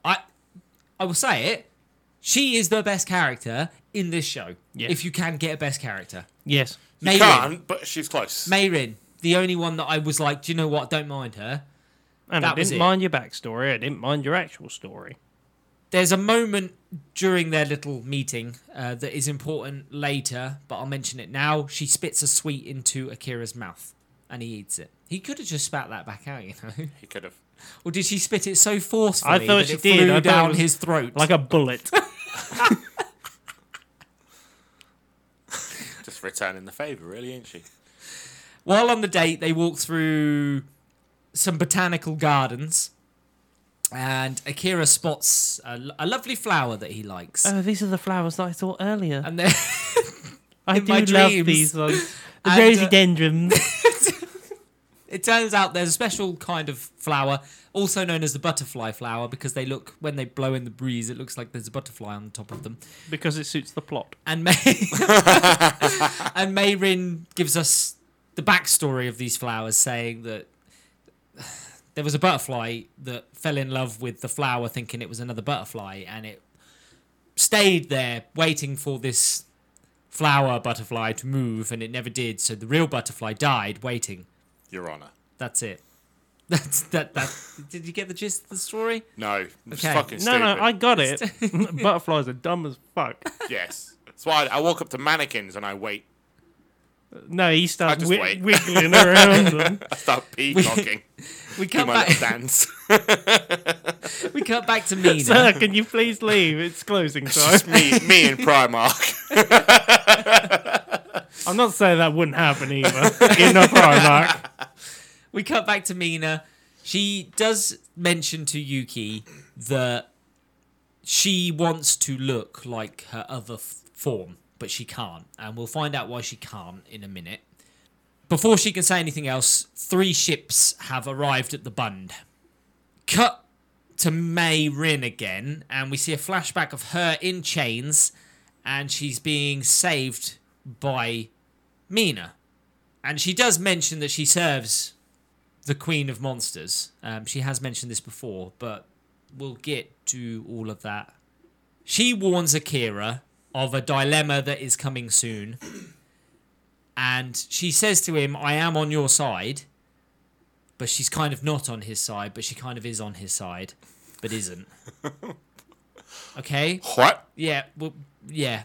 A: I, I will say it. She is the best character in this show.
B: Yeah.
A: If you can get a best character,
B: Yes.
A: May Rin.
C: Can't, but she's close.
A: May Rin, the only one that I was like, do you know what? Don't mind her.
B: And I
A: That was
B: didn't
A: it.
B: mind your backstory. I didn't mind your actual story.
A: There's a moment during their little meeting uh, that is important later, but I'll mention it now. She spits a sweet into Akira's mouth and he eats it. He could have just spat that back out, you know?
C: he could have.
A: Or did she spit it so forcefully
B: thought
A: that
B: she
A: it
B: did. I
A: flew
B: thought it
A: down
B: was
A: his throat?
B: Like
A: *laughs*
B: a bullet.
C: Just returning the favour, really, ain't she?
A: While on the date, they walk through some botanical gardens and Akira spots a, lo- a lovely flower that he likes.
B: oh, these are the flowers that I saw earlier.
A: and then
B: I
A: in
B: do
A: my
B: love
A: dreams. *laughs*
B: these ones. The
A: And, uh,
B: rhododendrons. *laughs*
A: It turns out there's a special kind of flower, also known as the butterfly flower, because they look when they blow in the breeze, it looks like there's a butterfly on the top of them.
B: because it suits the plot.
A: And May *laughs* and Mayrin gives us the backstory of these flowers, saying that there was a butterfly that fell in love with the flower, thinking it was another butterfly, and it stayed there waiting for this flower butterfly to move, and it never did. So the real butterfly died waiting.
C: Your Honor.
A: That's it. That's that. That did you get the gist of the story?
C: No, it's
A: Okay.
C: fucking
B: No,
C: stupid.
B: no, I got it. *laughs* Butterflies are dumb as fuck.
C: Yes. That's why I, I walk up to mannequins and I wait.
B: No, he
C: I
B: starts
C: just
B: wi-
C: wait.
B: wiggling around
A: *laughs*
B: them. *laughs*
C: I start peacocking.
A: We
C: do
A: cut
C: my little
A: back.
C: *laughs* dance.
A: *laughs* We cut back to Mina.
B: Sir, can you please leave?
A: *laughs*
B: It's closing time.
C: Just me, me and Primark.
B: I'm not saying that wouldn't happen either. In a Primark.
A: we cut back to Mina. She does mention to Yuki that she wants to look like her other f- form, but she can't. And we'll find out why she can't in a minute. Before she can say anything else, three ships have arrived at the Bund. Cut to May Rin again, and we see a flashback of her in chains, and she's being saved by Mina. And she does mention that she serves the Queen of Monsters. Um, she has mentioned this before, but we'll get to all of that. She warns Akira of a dilemma that is coming soon. And she says to him, I am on your side. But she's kind of not on his side, but she kind of is on his side, but isn't. Okay?
C: What?
A: Yeah, well, yeah.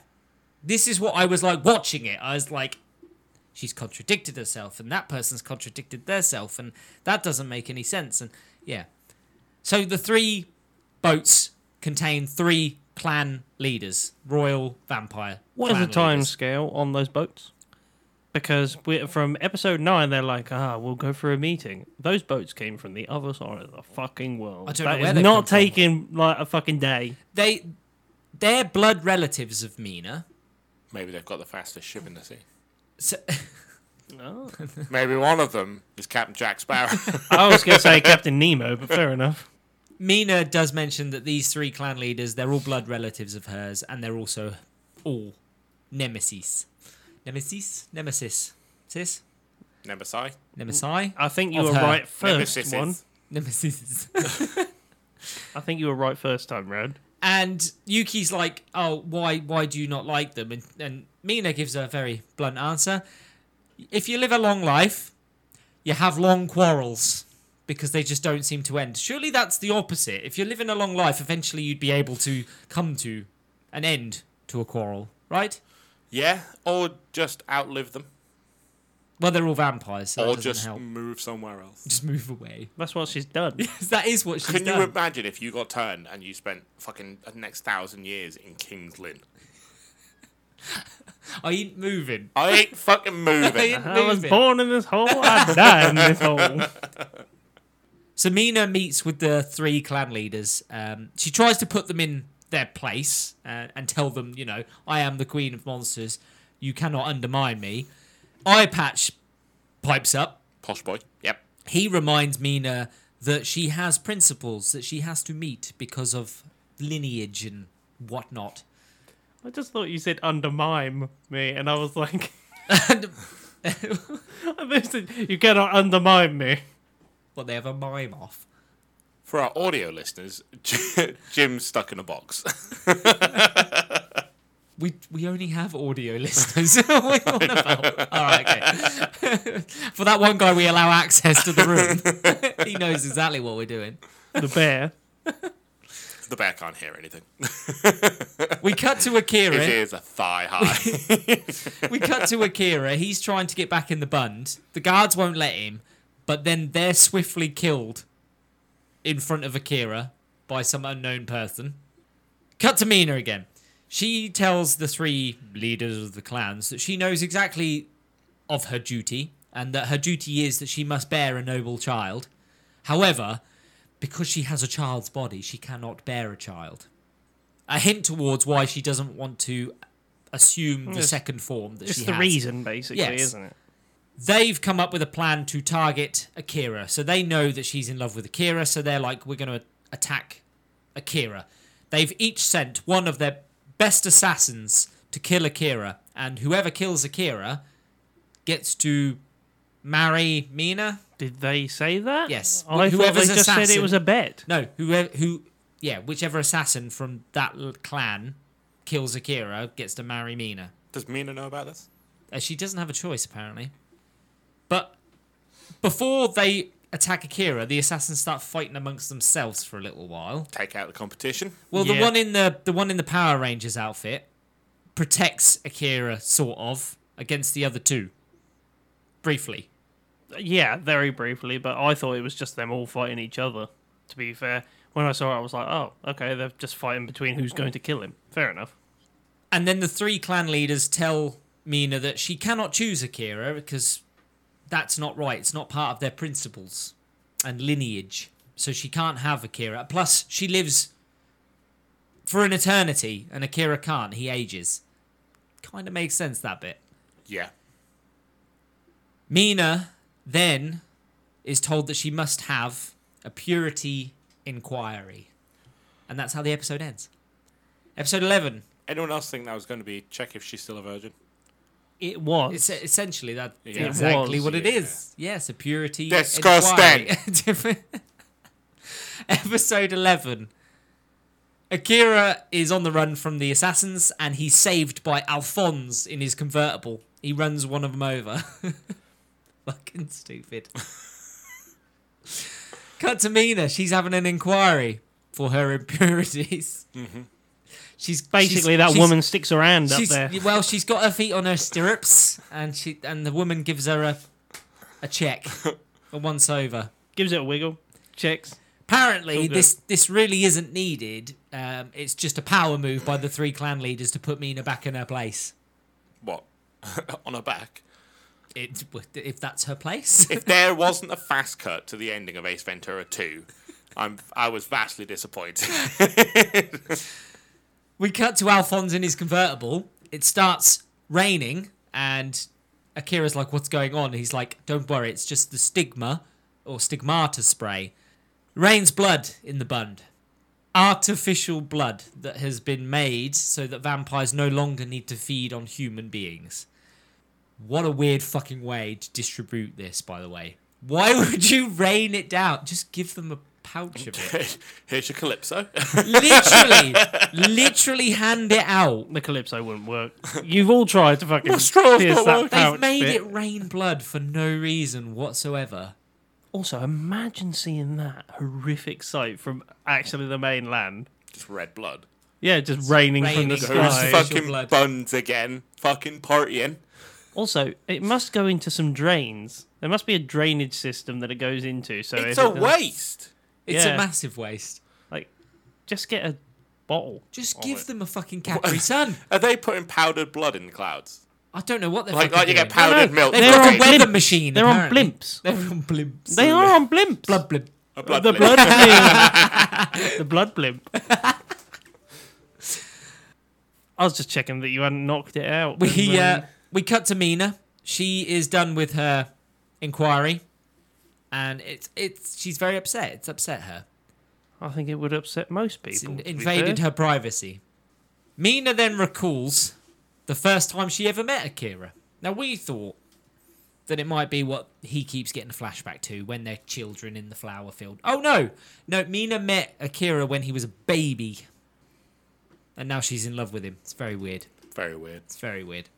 A: This is what I was like watching it. I was like, she's contradicted herself, and that person's contradicted theirself, and that doesn't make any sense. And yeah, so the three boats contain three clan leaders, royal vampire.
B: What is the
A: clan
B: time
A: leaders.
B: scale on those boats? Because we're, from episode nine, they're like, ah, we'll go for a meeting. Those boats came from the other side of the fucking world.
A: I don't
B: That
A: know where
B: is
A: they've
B: not
A: come from.
B: taking like a fucking day.
A: They, they're blood relatives of Mina.
C: Maybe they've got the fastest ship in the sea.
A: So,
B: Oh.
C: Maybe one of them is Captain Jack *laughs* Sparrow.
B: I was gonna say Captain Nemo, but fair enough.
A: Mina does mention that these three clan leaders, they're all blood relatives of hers, and they're also all nemesis. Nemesis? Nemesis. Sis?
C: Nemesis.
A: Nemesi?
B: I think you
A: Of
B: were
A: her.
B: right first
C: Nemesis.
B: one.
A: Nemesis. *laughs*
B: I think you were right first time round.
A: and Yuki's like, "Oh, why why do you not like them?" And and Mina gives a very blunt answer. If you live a long life, you have long quarrels because they just don't seem to end. Surely that's the opposite. If you're living a long life, eventually you'd be able to come to an end to a quarrel, right?
C: Yeah, or just outlive them,
A: Well, they're all vampires, so that
C: or
A: doesn't
C: just
A: help.
C: move somewhere else.
A: Just move away. *laughs*
B: That's what she's done.
A: 'Cause that is what she's
C: Can
A: done.
C: you imagine if you got turned and you spent fucking the next thousand years in King's Lynn?
A: I ain't moving.
C: I ain't fucking
A: I
C: moving.
A: ain't
B: I was
A: moving.
B: born in this hole. I died in this hole.
A: So Mina meets with the three clan leaders. Um, she tries to put them in their place uh, and tell them, you know, I am the queen of monsters. You cannot undermine me. Eye Patch pipes up.
C: *laughs* Posh boy. Yep.
A: He reminds Mina that she has principles that she has to meet because of lineage and whatnot. *laughs*
B: I just thought you said undermine me, and I was like, *laughs*
A: And
B: this is- you cannot undermine me.
A: well, they have a mime off.
C: For our audio listeners, *laughs* Jim's stuck in a box. *laughs*
A: We we only have audio *laughs* listeners. what are you on about? All right, okay. *laughs* For that one guy, we allow access to the room. *laughs* he knows exactly what we're doing.
B: The bear.
C: the bear can't hear anything.
A: We cut to
C: His
A: Akira.
C: ears are thigh *laughs* high.
A: We cut to Akira. He's trying to get back in the bund. The guards won't let him, but then they're swiftly killed in front of Akira by some unknown person. Cut to Mina again. She tells the three leaders of the clans that she knows exactly of her duty and that her duty is that she must bear a noble child. However, because she has a child's body, she cannot bear a child. A hint towards why she doesn't want to assume the
B: Yes.
A: second form that she
B: Just the
A: has.
B: reason, basically,
A: Yes.
B: isn't it?
A: They've come up with a plan to target Akira. So they know that she's in love with Akira, so they're like, we're going to attack Akira. They've each sent one of their best assassins to kill Akira, and whoever kills Akira gets to marry Mina.
B: Did they say that?
A: Yes.
B: I thought they
A: Whoever's
B: just said it
A: assassin-
B: was a bet.
A: No, whoever who, yeah, whichever assassin from that l- clan kills Akira gets to marry Mina.
C: Does Mina know about this?
A: Uh, she doesn't have a choice apparently. But before they attack Akira, the assassins start fighting amongst themselves for a little while.
C: Take out the competition.
A: Well, the
B: Yeah.
A: one in the the one in the Power Rangers outfit protects Akira sort of against the other two. Briefly.
B: Yeah, very briefly, but I thought it was just them all fighting each other. To be fair, when I saw it, I was like, oh, okay, they're just fighting between who's going to kill him. Fair enough.
A: And then the three clan leaders tell Mina that she cannot choose Akira because that's not right. It's not part of their principles and lineage. So she can't have Akira. Plus, she lives for an eternity and Akira can't. He ages. Kind of makes sense that bit.
C: Yeah.
A: Mina then is told that she must have a purity inquiry. And that's how the episode ends. Episode 11.
C: Anyone else think that was going to be check if she's still a virgin?
B: It was.
A: It's e-, essentially that
C: Yeah.
A: exactly
B: It was,
A: what it
C: yeah.
A: is. Yes, a purity.
C: Disgusting.
A: *laughs* inquiry. Episode eleven. Akira is on the run from the assassins, and he's saved by Alphonse in his convertible. He runs one of them over. *laughs* Fucking stupid. *laughs* Cut to Mina. She's having an inquiry for her impurities. She's
B: Basically,
A: she's-
B: that
A: she's-
B: woman sticks around up
A: She's-
B: there.
A: Well, she's got her feet on her stirrups, and she and the woman gives her a a check, a once over.
B: Gives it a wiggle, checks.
A: Apparently,
B: All good.
A: this this really isn't needed. Um, it's just a power move by the three clan leaders to put Mina back in her place.
C: What? *laughs* On her back?
A: It, if that's her place, *laughs*
C: If there wasn't a fast cut to the ending of Ace Ventura 2, I'm, I was vastly disappointed. *laughs*
A: we cut to Alphonse in his convertible. It starts raining, and Akira's like, "What's going on?" He's like, "Don't worry, it's just the stigma or stigmata spray." Rains blood in the bund, artificial blood that has been made so that vampires no longer need to feed on human beings. What a weird fucking way to distribute this, by the way. Why *laughs* would you rain it down? Just give them a pouch of
C: *laughs*
A: it.
C: Here's your Calypso. *laughs*
A: literally, literally hand it out.
B: The calypso wouldn't work. You've all tried
A: *laughs*
B: to fucking *laughs*
C: straw's
B: pierce
C: not
B: that
C: working.
A: They've
B: pouch
A: made
B: bit.
A: it rain blood for no reason whatsoever.
B: Also, imagine seeing that horrific sight from actually the mainland.
C: Just red blood.
B: Yeah, just raining, from
A: raining.
B: the
A: Who's
C: Who's
A: Right.
B: sky.
A: fuck-
C: fucking
A: blood.
C: buns again? Fucking partying.
B: Also, it must go into some drains. There must be a drainage system that it goes into. So
C: It's
B: if
C: a
B: it doesn't-
C: waste.
A: It's
B: Yeah.
A: a massive waste.
B: Like, just get a bottle.
A: Just
B: of
A: give
B: it.
A: them a fucking Capri Sun.
C: Are they putting powdered blood in the clouds?
A: I don't know what they're
C: Like,
A: fucking
C: like you get
A: doing.
B: No,
C: powdered
B: no,
C: milk.
B: they
A: They've
B: They're
A: got
B: on
A: a weather
B: blimp-
A: machine.
B: they're on
A: apparently. *laughs*
B: blimps.
A: They're on blimps.
B: They are on blimps.
A: blood blimp.
C: A blood
B: the
C: blip.
B: blood
A: *laughs*
B: blimp. the blood blimp. I was just checking that you hadn't knocked it out.
A: We
B: when-
A: uh, we cut to Mina. She is done with her inquiry, and it's it's she's very upset. It's upset her.
B: um, I think it would upset most
A: It's
B: people.
A: in-
B: to be
A: invaded
B: fair.
A: her privacy. Mina then recalls the first time she ever met Akira. Now we thought that it might be what he keeps getting a flashback to when they're children in the flower field. Oh no, no, Mina met Akira when he was a baby, and now she's in love with him. It's very weird.
C: Very weird.
A: It's very weird.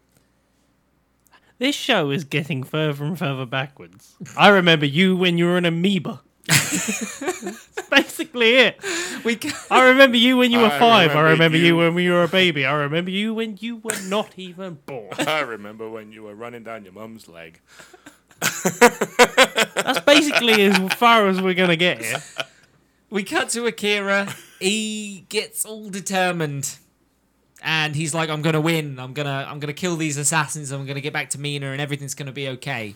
B: This show is getting further and further backwards. I remember you when you were an amoeba. That's basically it.
A: We *laughs* c-
B: I remember you when you were
C: I
B: five. I
C: remember
B: remember you.
C: you-
B: when you were a baby. I remember you when you were not even *laughs* born.
C: I remember when you were running down your mum's leg.
B: That's basically as far as we're gonna get here.
A: we cut to Akira. He gets all determined, and he's like, "I'm gonna win. I'm gonna, I'm gonna kill these assassins. I'm gonna get back to Mina, and everything's gonna be okay."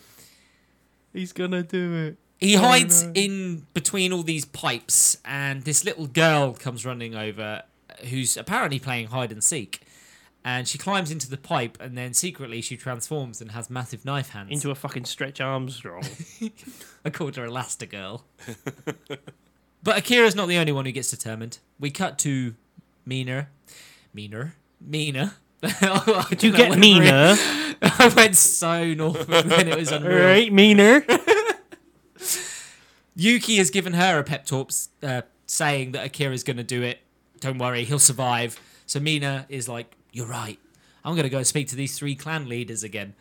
B: He's gonna do it.
A: He hides
B: no.
A: in between all these pipes, and this little girl comes running over, who's apparently playing hide and seek. And she climbs into the pipe, and then secretly she transforms and has massive knife hands.
B: Into a fucking stretch *laughs* Armstrong.
A: *laughs* I called her Elastigirl. *laughs* but Akira's not the only one who gets determined. We cut to Mina. Mina? Mina. *laughs* Did
B: You
A: *laughs*
B: get meaner, *laughs*
A: I went so north, and then it was unreal.
B: right? Meaner.
A: Yuki has given her a pep talk uh, saying that Akira's going to do it. Don't worry, he'll survive. So Mina is like, You're right. I'm going to go and speak to these three clan leaders again.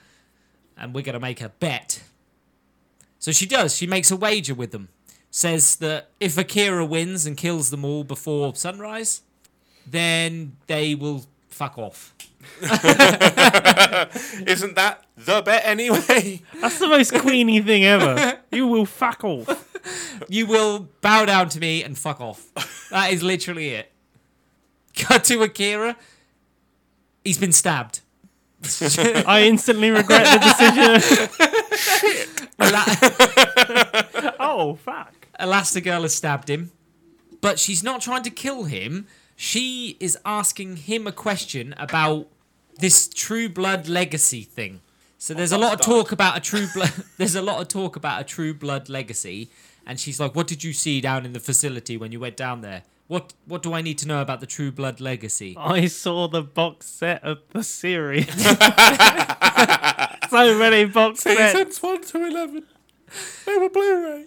A: And we're going to make a bet. So she does. She makes a wager with them. Says that if Akira wins and kills them all before sunrise, then they will fuck off.
C: Isn't that the bet anyway? *laughs*
B: That's the most queeny thing *laughs* ever. You will fuck off.
A: You will bow down to me and fuck off. That is literally it. Cut to Akira. He's been stabbed. *laughs*
B: I instantly regret the decision.
A: Ela-
B: *laughs* oh fuck.
A: Elastigirl has stabbed him, but she's not trying to kill him. She is asking him a question about this True Blood legacy thing. So there's a lot of talk about a True Blood. *laughs* there's a lot of talk about a True Blood legacy, and she's like, "What did you see down in the facility when you went down there? What What do I need to know about the True Blood legacy?"
B: I saw the box set of
A: *laughs*
B: the series. *laughs* so many box sets.
C: Seasons 1 to 11. They were Blu ray.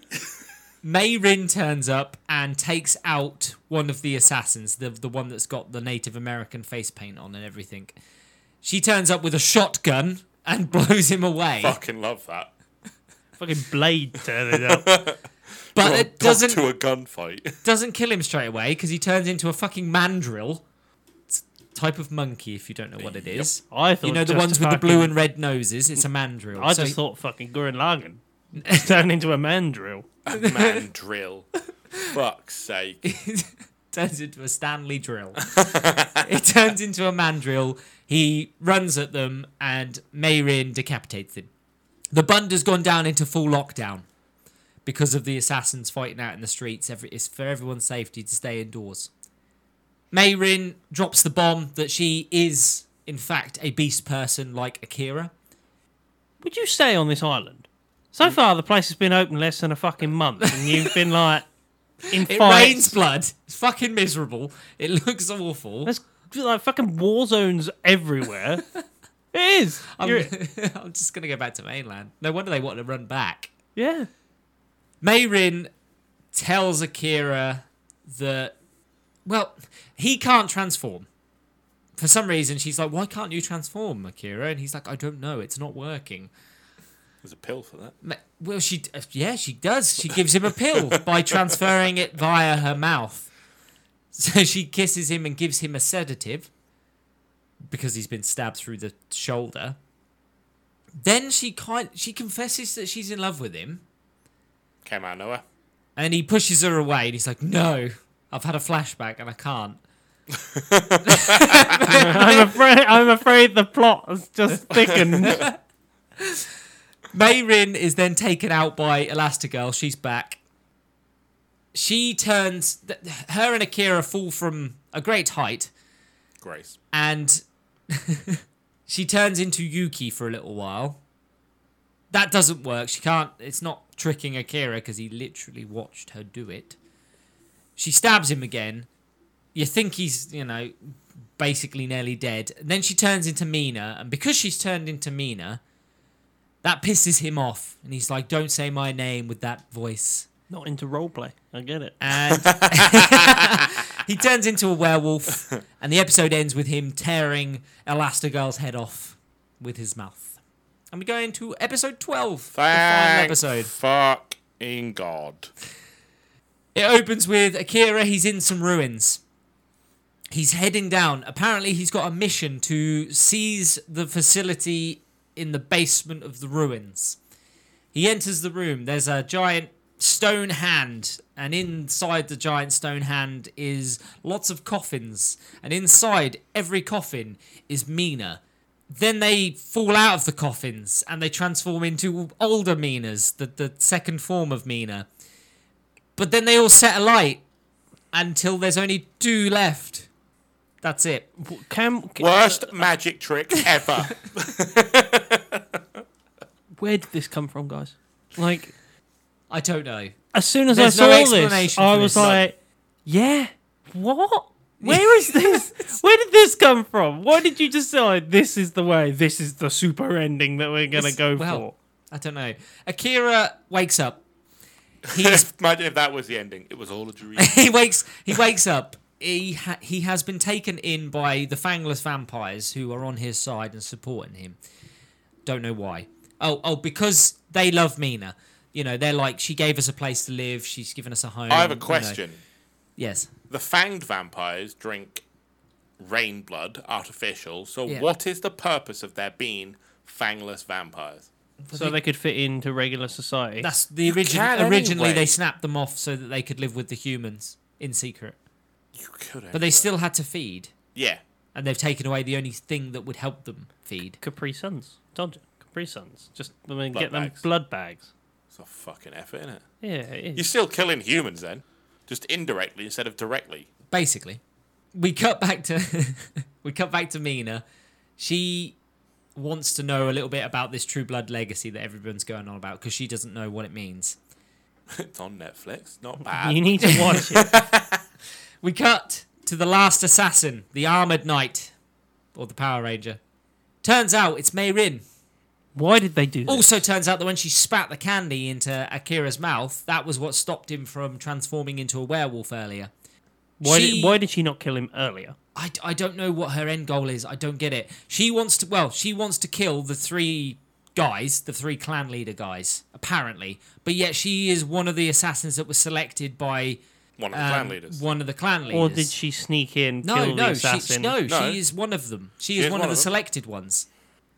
A: Mayrin turns up and takes out one of the assassins, the the one that's got the Native American face paint on and everything. She turns up with a shotgun and *laughs* blows him away.
C: Fucking love that.
B: Fucking blade turning up.
A: But
C: Well,
A: it
C: talk
A: doesn't
C: to a *laughs* gunfight.
A: doesn't kill him straight away because he turns into a fucking mandrill. It's a type of monkey if you don't know what it is.
B: I thought
A: You know the
B: just
A: ones with the blue
B: fucking-
A: and red noses, it's a mandrill.
B: I
A: So
B: just thought fucking Gurren Lagann turned into a mandrill.
C: Man drill. Fuck's sake.
A: turns into a Stanley drill. it turns into a mandrill. He runs at them, and Mayrin decapitates him. The Bund has gone down into full lockdown because of the assassins fighting out in the streets. Every, it's for everyone's safety to stay indoors. Mayrin drops the bomb that she is, in fact, a beast person like Akira.
B: Would you stay on this island? So far, the place has been open less than a fucking month, and you've been like in
A: *laughs* It
B: fights.
A: rains blood. It's fucking miserable. It looks awful.
B: There's like fucking war zones everywhere. it is.
A: *laughs* I'm,
B: You're-
A: I'm just going to go back to mainland. No wonder they want to run back.
B: yeah.
A: Mayrin tells Akira that, well, he can't transform. For some reason, she's like, Why can't you transform, Akira? And he's like, I don't know. It's not working.
C: There's a pill for that.
A: Ma- Well, she, uh, yeah, she does. She gives him a pill by transferring it via her mouth. So she kisses him and gives him a sedative because he's been stabbed through the shoulder. Then she kind she confesses that she's in love with him.
C: Came out of nowhere.
A: And he pushes her away and he's like, No, I've had a flashback and I can't.
B: I'm afraid. I'm afraid the plot has just thickened.
A: Mayrin is then taken out by Elastigirl. She's back. She turns. th- Her and Akira fall from a great height
C: Grace.
A: and *laughs* she turns into Yuki for a little while. That doesn't work. She can't. It's not tricking Akira because he literally watched her do it. She stabs him again. You think he's, you know, basically nearly dead. And then she turns into Mina, and because she's turned into Mina, that pisses him off. And he's like, "Don't say my name with that voice."
B: Not into roleplay. I get it.
A: and *laughs* he turns into a werewolf, and the episode ends with him tearing Elastigirl's head off with his mouth. And we go into episode 12, the final
C: Thank
A: episode.
C: fucking God.
A: It opens with Akira, he's in some ruins. He's heading down. Apparently, he's got a mission to seize the facility in the basement of the ruins. He enters the room. There's a giant stone hand, and inside the giant stone hand is lots of coffins. And inside every coffin is Mina. Then they fall out of the coffins and they transform into older Minas, the, the second form of Mina. But then they all set alight until there's only two left. That's it.
B: W- Cam, c-
C: Worst magic trick
A: *laughs*
C: ever.
B: where did this come from, guys? Like,
A: I don't know.
B: as soon as
A: There's
B: I
A: no
B: saw this,
A: explanation
B: I
A: for
B: was
A: this.
B: like, yeah, what? Where is *laughs* this? Where did this come from? Why did you decide this is the way? This is the super ending that we're gonna
A: This-
B: go
A: well,
B: for.
A: I don't know. Akira wakes up.
C: *laughs*
A: He's *laughs*
C: Imagine if that was the ending. It was all a dream.
A: he wakes he wakes up. He ha- he has been taken in by the fangless vampires who are on his side and supporting him. Don't know why. Oh oh, because they love Mina. You know they're like she gave us a place to live. She's given us a home.
C: I have a
A: you know.
C: question.
A: Yes.
C: The fanged vampires drink rain blood, artificial. So
A: Yeah.
C: what is the purpose of there being fangless vampires?
B: so they could fit into regular society.
A: That's the origin.
C: can
A: Originally,
C: anyway.
A: they snapped them off so that they could live with the humans in secret.
C: You could.
A: But they still had to feed,
C: Yeah.
A: and they've taken away the only thing that would help them feed.
B: Capri Suns. Told you. Capri Suns. Just I mean,
C: Blood
B: get them
C: bags.
B: blood bags.
C: It's a fucking effort, is it?
B: Yeah, it
C: You're
B: is.
C: still killing humans then, just indirectly instead of directly. *laughs*
A: Basically, we cut back to *laughs* we cut back to Mina. She wants to know a little bit about this True Blood legacy that everyone's going on about because she doesn't know what it means.
C: It's on Netflix. Not
B: You
C: bad.
B: need to watch
C: *laughs*
B: it.
A: We cut to the last assassin, the Armored Knight, or the Power Ranger. Turns out it's Mayrin.
B: Why did they do
C: Oh,
B: that?
A: Also, turns out that when she spat the candy into Akira's mouth, that was what stopped him from transforming into a werewolf earlier.
B: why,
A: she-
B: did, why did she not kill him earlier?
A: I, I don't know what her end goal is. I don't get it. She wants to, well, she wants to kill the three guys, the three clan leader guys, apparently. But yet she is one of the assassins that was selected by
C: One of the
A: um,
C: clan leaders.
A: one of the clan leaders.
B: Or did she sneak in,
A: No,
B: kill the
A: no, she,
B: assassin?
A: no,
C: No.
A: she is one of them. She,
C: She
A: is,
C: is
A: one, of
C: one
A: the
C: of them.
A: selected ones.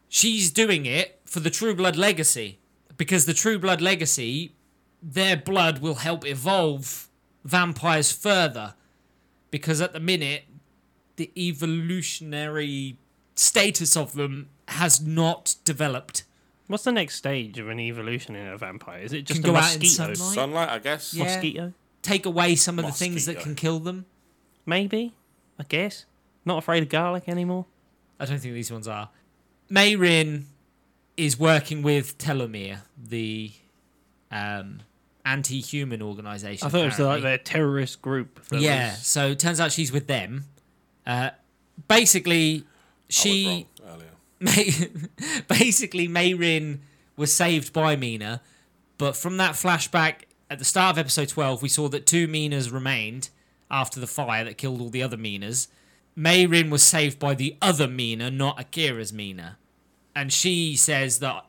A: She's doing it for the True Blood legacy because the True Blood legacy, their blood will help evolve vampires further. Because at the minute, the evolutionary status of them has not developed.
B: What's the next stage of an evolution in a vampire? Is it just
A: Can
B: a
A: go out in
B: mosquito?
A: sunlight?
C: Sunlight, I guess.
A: Yeah.
B: Mosquito?
A: Take away some of the things that
C: Mosquito.
A: can kill them.
B: Maybe. I guess. Not afraid of garlic anymore.
A: I don't think these ones are. Mayrin is working with Telomere, the um, anti-human organization.
B: I thought it was like
A: apparently.
B: their terrorist group. that
A: yeah.
B: was-
A: So it turns out she's with them. Uh, basically, she
C: I was wrong earlier.
A: May- *laughs* basically Mayrin was saved by Mina, but from that flashback at the start of episode 12, we saw that two Minas remained after the fire that killed all the other Minas. Mayrin was saved by the other Mina, not Akira's Mina. And she says that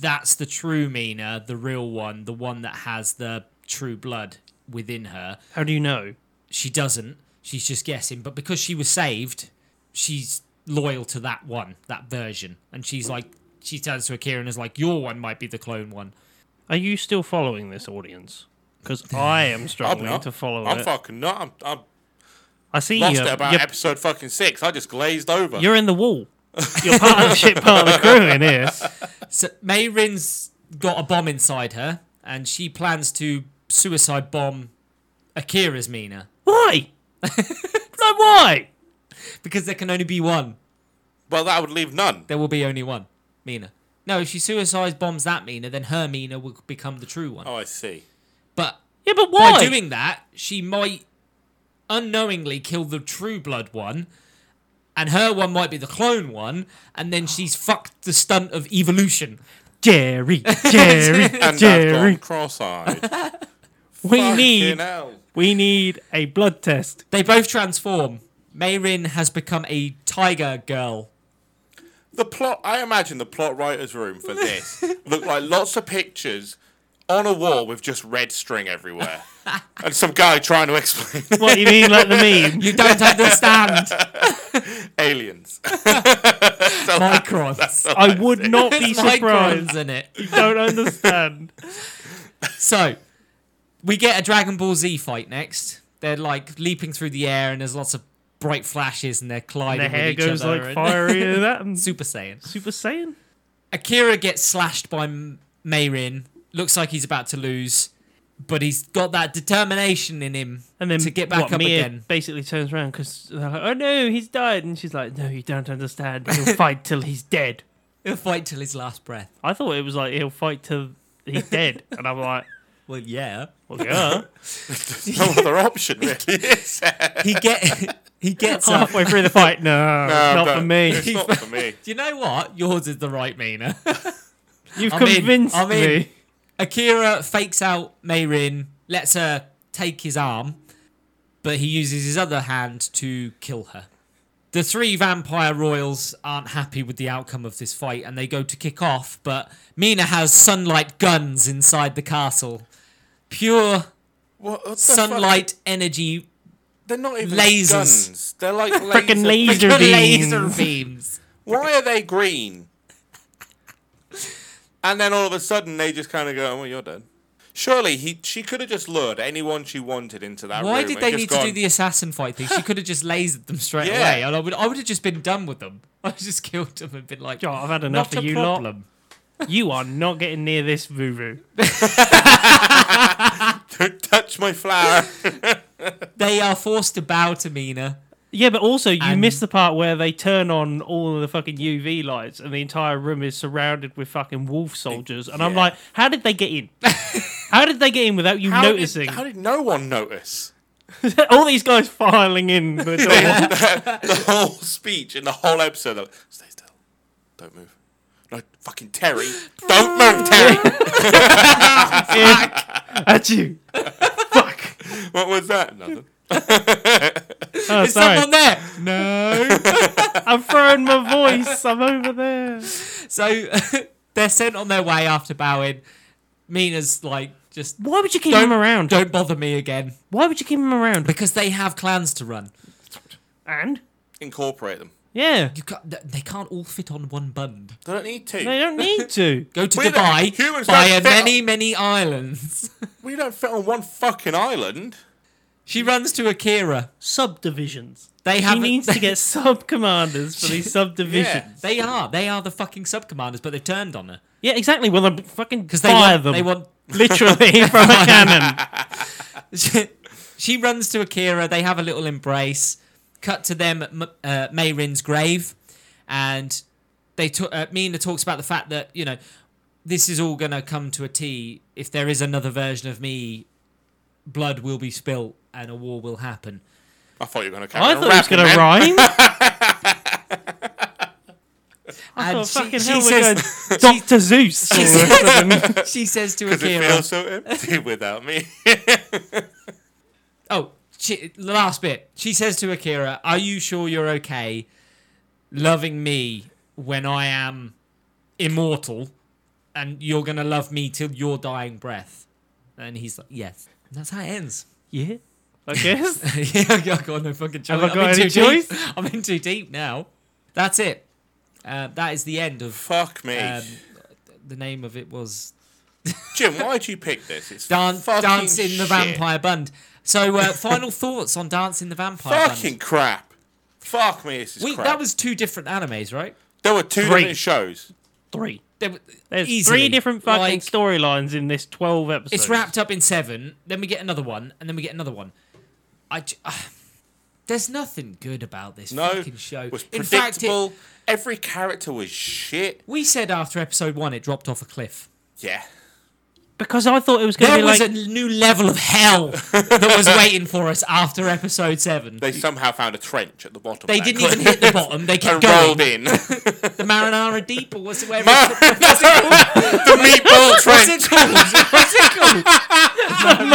A: that's the true Mina, the real one, the one that has the true blood within her
B: How do you know?
A: she doesn't. She's just guessing. But because she was saved, she's loyal to that one, that version. And she's like, she turns to Akira and is like, "Your one might be the clone one."
B: Are you still following this audience? Because I am
C: I'm
B: struggling
C: not.
B: to follow
C: I'm
B: it.
C: fucking not. I'm, I'm
B: I see
C: lost
B: you.
C: it about
B: You're,
C: episode fucking six. I just glazed over.
B: you're in the
C: *laughs*
B: wall. You're part of the shit part of the crew in here.
A: So Mayrin's got a bomb inside her, and she plans to suicide bomb Akira's Mina
B: Why? no, why?
A: because there can only be one.
C: Well, that would leave none.
A: There will be only one Mina. No, if she suicide bombs that Mina, then her Mina will become the true one.
C: Oh, I see.
A: But
B: Yeah, but why?
A: by doing that, she might unknowingly kill the true blood one, and her one might be the clone one, and then she's fucked the stunt of evolution.
B: Jerry, Jerry,
C: And I've gone
B: Jerry. *laughs*
C: cross-eyed.
B: We
C: Fucking
B: need,
C: hell.
B: we need a blood test.
A: They both transform. Mayrin has become a tiger girl.
C: The plot. I imagine the plot writers' room for *laughs* this looked like lots of pictures on a wall with just red string everywhere, and some guy trying to explain *laughs*
B: What do you mean, like the
A: *laughs*
B: meme?
A: You don't understand,
C: aliens. *laughs*
A: microns.
B: I would not be surprised.
A: Microns in it.
B: You
A: *laughs*
B: don't understand.
A: So, we get a Dragon Ball Z fight next. They're like leaping through the air, and there's lots of bright flashes, and they're
B: And
A: colliding
B: the hair
A: with each
B: goes
A: other.
B: like
A: and-
B: fiery and that.
A: *laughs*
B: And
A: Super Saiyan.
B: Super Saiyan.
A: Akira gets slashed by M- Mayrin. Looks like he's about to lose, but he's got that determination in him
B: And then
A: to get back
B: what,
A: up
B: Mia
A: again.
B: Basically turns around because they're like, oh no, he's died, and she's like, no, you don't understand.
A: *laughs*
B: He'll fight till he's dead.
A: He'll fight till his last breath.
B: I thought it was like he'll fight till he's dead, and I'm like,
A: Well, yeah. *laughs*
B: well, yeah.
C: No other option really. *laughs* It's,
A: He get *laughs* he
B: *laughs*
A: gets up.
B: Halfway through the
A: *laughs*
B: fight, no, not for me.
C: It's not for me.
A: Do you know what? Yours is the right Mina.
B: You've
A: I'm in.
B: convinced
A: I'm in.
B: me.
A: Akira fakes out Meirin, lets her take his arm, but he uses his other hand to kill her. The three vampire royals aren't happy with the outcome of this fight and they go to kick off, but Mina has sunlight guns inside the castle. Pure
C: *laughs* What, what the fuck?
A: sunlight energy
C: They're not even
A: Lasers.
C: guns. They're like
B: Frickin'
C: laser.
B: laser beams.
A: laser beams.
C: Why are they green? And then all of a sudden they just kind of go, "Well, you're done." Surely he, she could have just lured anyone she wanted into that
A: *laughs* Why
C: room.
A: did
C: and
A: they
C: just
A: need
C: gone,
A: to do the assassin fight thing? She could have just lasered them straight
C: Yeah.
A: away, and I would I would have just been done with them. *laughs* I would've just killed them and been like,
B: Yo, I've had enough
A: not
B: of
A: a
B: you lot.
A: problem.
B: You are not getting near this voo
C: Don't touch
A: *laughs*
C: my flower.
A: They are forced to bow to Mina.
B: Yeah, but also you
A: And-
B: miss the part where they turn on all of the fucking UV lights and the entire room is surrounded with fucking wolf soldiers. And I'm
C: yeah.
B: like, how did they get *laughs* in? how did they get in without you
C: How did-
B: noticing?
C: how did no one notice?
B: *laughs* all these guys filing in *laughs* the
A: *laughs*
B: door.
C: the whole speech in the whole episode. They're Like, Stay still. Don't move. No, fucking Terry. Don't
A: *laughs*
C: move, Terry. *laughs*
B: in at you. *laughs* Fuck.
C: what was that? Nothing.
B: Oh,
A: Is
B: sorry.
A: someone there? No.
B: I'm throwing my voice. I'm over there.
A: so *laughs* they're sent on their way after bowing. Mina's like, just
B: Why would you keep
A: don't
B: him around?
A: Don't bother me again
B: Why would you keep him around?
A: because they have clans to run.
B: And
C: Incorporate them.
B: yeah,
A: You can't, th- they can't all fit on one bund.
C: They don't need to.
B: they don't need to.
A: Go to
C: We don't-
A: Dubai,
C: humans
A: buy
C: don't
A: a
C: fit on-
A: many, many islands. *laughs*
C: We don't fit on one fucking island.
A: She runs to Akira.
B: Subdivisions.
A: They
B: He
A: haven't.
B: needs to get sub commanders *laughs* for these subdivisions.
A: They are. They are the fucking sub commanders, but they've turned on her
B: Yeah, exactly. Well, then fucking
A: because they
B: fire
A: want.
B: them
A: They want.
B: *laughs* literally from a cannon.
A: *laughs* she runs to Akira. They have a little embrace. Cut to them at M- uh, Mayrin's grave, and they ta- uh, Mina talks about the fact that you know this is all gonna come to a T. If there is another version of me, blood will be spilt and a war will happen.
C: I thought you were going to carry
B: I
C: on
B: thought it was
C: rapping,
B: gonna
C: man.
B: rhyme.
A: *laughs*
B: I
A: and
B: thought,
A: she,
B: Oh, fucking
A: she
B: hell, we're
A: *laughs* says,
B: going Doctor Zeus. all of
A: *laughs*
B: a sudden.
A: she says
C: *laughs*
A: to
C: Because it
A: Akira,
C: feels so empty *laughs* without me.
A: Oh, she, the last bit. She says to Akira, "Are you sure you're okay, loving me when I am immortal, and you're gonna love me till your dying breath?" And he's like, "Yes." And that's how it ends. *laughs*
B: yeah, I guess.
A: yeah, I got no fucking choice.
B: Have I got
A: am in
B: any
A: too deep.
B: choice?
A: *laughs* I'm in too deep now. That's it. Uh, that is the end of.
C: Fuck me.
A: Um, the name of it was
C: Jim, why'd you pick this? It's
A: Dan-
C: fucking
A: Dance in the
C: shit.
A: Vampire Bund. So, uh, final *laughs* thoughts on Dance in the Vampire Bund.
C: Fucking crap. Fuck me, this is
A: We,
C: crap.
A: that was two different animes, right?
C: there were two
B: Three.
C: different shows.
B: three.
A: There were-
B: There's
A: easily.
B: three different fucking
A: Like,
B: storylines in this twelve episodes.
A: It's wrapped up in seven. Then we get another one, and then we get another one. I. j- ah. there's nothing good about this
C: No,
A: fucking show.
C: was
A: in fact, it,
C: predictable. Every character was shit.
A: we said after episode one it dropped off a cliff.
C: Yeah.
B: because I thought it was going to
A: There
B: be
A: was
B: like
A: a new level of hell that was waiting for us after episode seven. They,
C: They somehow found a trench at the bottom. of that
A: didn't
C: cliff
A: even hit the bottom. They kept
C: *laughs*
A: going.
C: and
A: *laughs*
C: rolled in. the
A: The Marinara Deep or what's it?
C: *laughs*
A: Whatever it's called. *laughs*
C: meatball
A: What's
C: trench.
A: it called? What's it called? *laughs*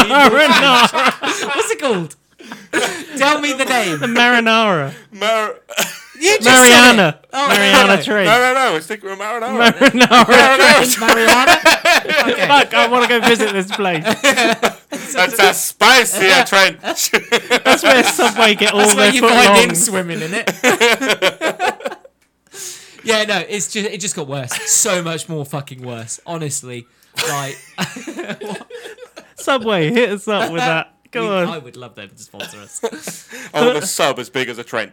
B: marinara.
A: What's it called? Tell me the name.
B: marinara.
C: Mar-
A: You just said it.
B: Mariana.
A: Oh,
B: *laughs* Mariana
A: okay.
C: no,
B: Trench.
C: no, no. We're sticking with Marinara.
B: Marinara.
A: Is
B: *laughs*
A: Mariana? Okay.
B: Fuck, I want to go visit this place.
C: That's
A: *laughs*
C: a spicier trench.
B: That's where Subway get all
A: That's
B: their
A: where you find him
B: footlongs.
A: swimming in it. *laughs* yeah, no, it's just it just got worse. So much more fucking worse. Honestly, like
B: Subway, hit us up with that.
A: we-
B: Go
A: I
B: on.
A: would love them to sponsor us.
C: I want a Oh, sub as big as a trench.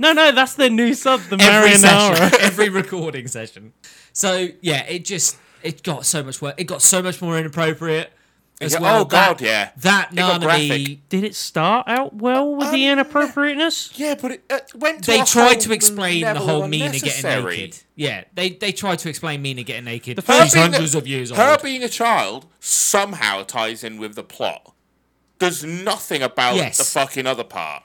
B: No, no, that's their new sub, the
A: Every
B: Marinara.
A: session, every recording session. So yeah, it just it got so much worse. It got so much more inappropriate. As
C: Yeah,
A: well.
C: oh, God,
A: That-
C: yeah.
A: That
C: got
A: Nanami.
C: graphic.
B: Did it start out well with
A: Um,
B: the inappropriateness?
C: Yeah, but it uh, went. To
A: They
C: a
A: tried
C: whole
A: to explain the
C: level
A: whole
C: of
A: Mina getting
C: unnecessary.
A: naked. Yeah, they they tried to explain Mina getting naked.
B: first-
A: She's
C: Her being a-
A: hundreds of years
C: Her
A: old.
C: being a child somehow ties in with the plot. There's nothing about
A: Yes.
C: the fucking other part.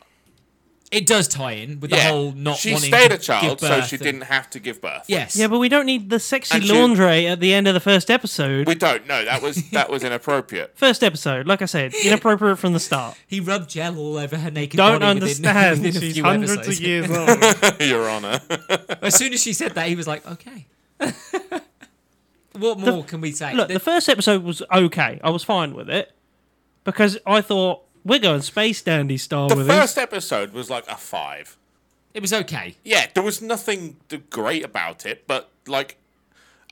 A: It does tie in with the
C: yeah.
A: whole not
C: she
A: wanting
C: stayed
A: to
C: a child,
A: give
C: so
A: birth
C: she
A: and-
C: didn't have to give birth.
A: Yes.
B: Yeah, but we don't need the sexy
C: And she-
B: laundry at the end of the first episode.
C: We don't know. That was that was inappropriate. *laughs*
B: First episode, like
A: *laughs*
B: I said, inappropriate from the start.
A: he rubbed gel all over her naked
B: Don't
A: body. *laughs*
B: understand.
A: Within, within a
B: She's
A: few *laughs*
B: hundreds
A: episodes.
B: of years old.
C: Your Honor.
A: As soon as she said that, he was like, okay. what more can we say?
B: Look,
A: The-
B: the first episode was okay. I was fine with it because I thought we're going space dandy style
C: The
B: with this.
C: first episode was like a five.
A: it was okay.
C: Yeah, there was nothing th- great about it, but like,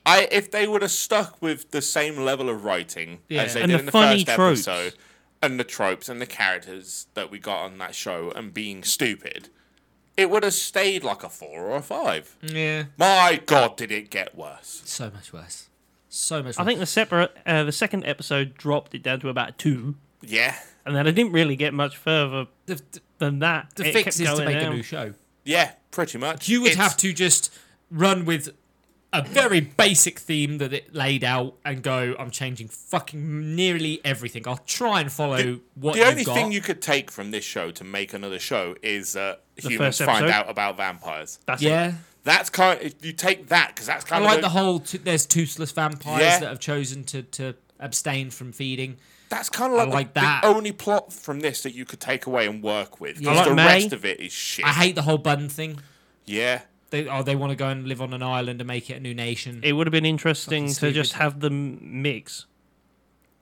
C: I if they would have stuck with the same level of writing
A: Yeah.
C: as they
B: And
C: did
B: the
C: in the
B: funny
C: first
B: tropes.
C: episode, and the tropes and the characters that we got on that show and being stupid, it would have stayed like a four or a five.
A: Yeah.
C: My God, did it get worse?
A: So much worse. So much worse.
B: I think the separate, uh, the second episode dropped it down to about two,
C: Yeah,
B: and then I didn't really get much further
A: the, the,
B: than that.
A: the
B: It
A: fix
B: kept
A: is to
B: going
A: make a
B: down.
A: new show.
C: yeah, pretty much.
A: You would
C: It's-
A: have to just run with a very basic theme that it laid out and go, I'm changing fucking nearly everything. I'll try and follow what
C: The
A: you've
C: only
A: got.
C: thing you could take from this show to make another show is that humans
B: first
C: find
B: episode?
C: out about vampires.
B: That's it.
A: yeah.
C: That's kind. you take that because that's
A: I
C: kind of
A: like the whole t- there's toothless vampires
C: Yeah.
A: that have chosen to, to abstain from feeding.
C: That's kind of like, the-
A: like
C: the,
A: that.
C: only plot from this that you could take away and work with. 'cause
A: Yeah. I like
C: the
B: May.
C: rest of it is shit.
A: I hate the whole bun thing.
C: yeah.
A: They oh they want to go and live on an island and make it a new nation.
B: It would have been interesting
A: Fucking
B: to just
A: stupid.
B: have them mix.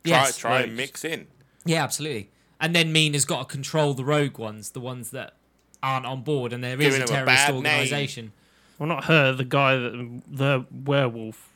A: yes,
C: try try and
B: right.
C: mix in.
A: yeah, absolutely. And then Mean has got to control the rogue ones, the ones that aren't on board, and there is
C: Giving
A: a
C: them a
A: terrorist
C: bad name. *laughs*
A: organization.
B: Well, not her, the guy, that, the werewolf.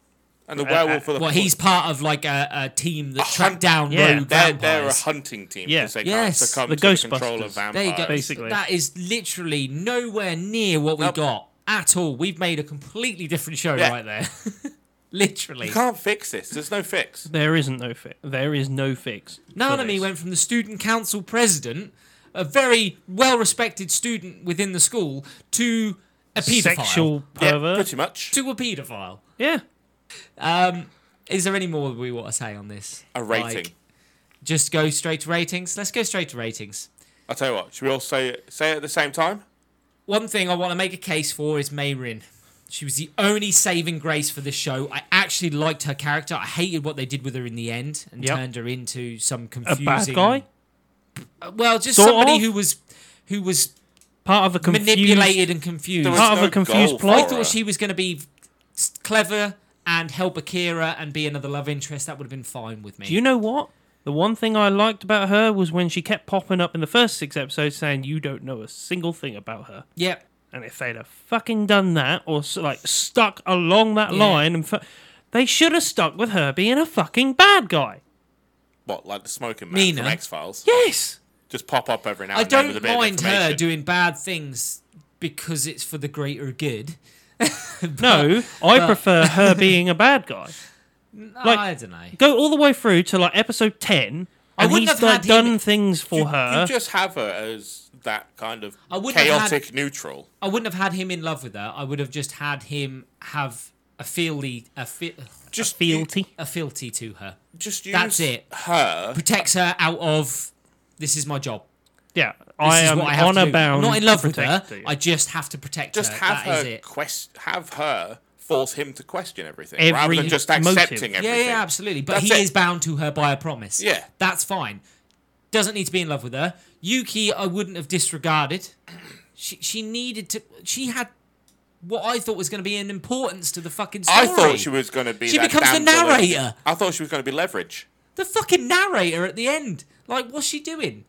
C: And the werewolf of the
A: Uh, Well, he's part of like a, a team that tracked
C: hunt-
A: down
B: Yeah,
A: rogue
C: they're, they're a
A: vampires.
C: hunting team
B: Yeah.
C: because they can't
A: Yes,
C: succumb
B: the
C: to the control
B: Ghostbusters.
C: of
A: there
C: vampires.
A: you go.
B: basically.
A: that is literally nowhere near what we
C: Nope.
A: got at all. We've made a completely different show
C: Yeah.
A: right there. *laughs* literally.
C: You can't fix this. There's no fix.
B: There isn't no fix. There is no fix. for
A: Nanami
B: this.
A: went from the student council president, a very well respected student within the school, to a pedophile.
B: sexual
C: Yeah,
B: pervert.
C: pretty much.
A: To a pedophile.
B: Yeah.
A: Um, is there any more we want to say on this?
C: A rating.
A: Like, just go straight to ratings. Let's go straight to ratings.
C: I'll tell you what. Should we all say it, say it at the same time?
A: One thing I want to make a case for is Mayrin. She was the only saving grace for this show. I actually liked her character. I hated what they did with her in the end and
B: Yep.
A: turned her into some
B: A
A: confusing
B: bad guy.
A: Uh, Well, just
B: Sort
A: somebody
B: of?
A: who was who was
B: Part of a confused.
A: manipulated and confused.
C: There was
B: Part of
C: no
B: a confused
C: goal
B: plot.
A: I
C: for her.
A: thought she was going to be s- clever and help Akira and be another love interest. That would have been fine with me.
B: Do you know what? The one thing I liked about her was when she kept popping up in the first six episodes saying, You don't know a single thing about her.
A: yep.
B: And if they'd have fucking done that or s- like stuck along that
A: Yeah.
B: line, and fu- they should have stuck with her being a fucking bad guy.
C: What, like the smoking man
A: Nina.
C: from X Files?
B: Yes.
C: Just pop up every now
A: I
C: and then with a
A: don't
C: bit
A: mind
C: of
A: her
C: information.
A: doing bad things because it's for the greater good.
B: No,
A: Uh.
B: I
A: *laughs*
B: prefer her being a bad guy. Like-
A: I don't know.
B: Go all the way through to like episode 10.
A: I
B: And
A: wouldn't
B: he's
A: have
B: like
A: had him-
B: done things for
C: You-
B: her.
C: You just have her as that kind of
A: I wouldn't have had-
C: chaotic neutral.
A: I wouldn't have had him in love with her. I would have just had him have a feely a, fe-
C: Just
B: fealty.
A: a fealty to her.
C: just use
A: That's it.
C: her.
A: Protects her out of this is my job.
B: Yeah,
A: This
B: I
A: is
B: am
A: what I have
B: honor
A: to do.
B: bound.
A: I'm not in love
B: to
A: with her.
B: protect you.
A: I just have to protect
C: Just
A: her.
C: have
A: That is
C: her
A: it.
C: quest. Have her force him to question everything rather
B: Every
C: than just
B: motive.
C: accepting
B: Yeah,
A: Yeah,
C: everything.
A: yeah, absolutely. But
C: That's
A: he is
C: it.
A: bound to her by a promise.
C: Yeah.
A: That's fine. Doesn't need to be in love with her. Yuki, I wouldn't have disregarded. She she needed to. She had what I thought was going to be an importance to the fucking story.
C: I thought she was going to be.
A: She
C: that
A: becomes the
C: damsel in-
A: narrator.
C: I thought she was going to be leverage.
A: the fucking narrator at the end. Like, what's she doing?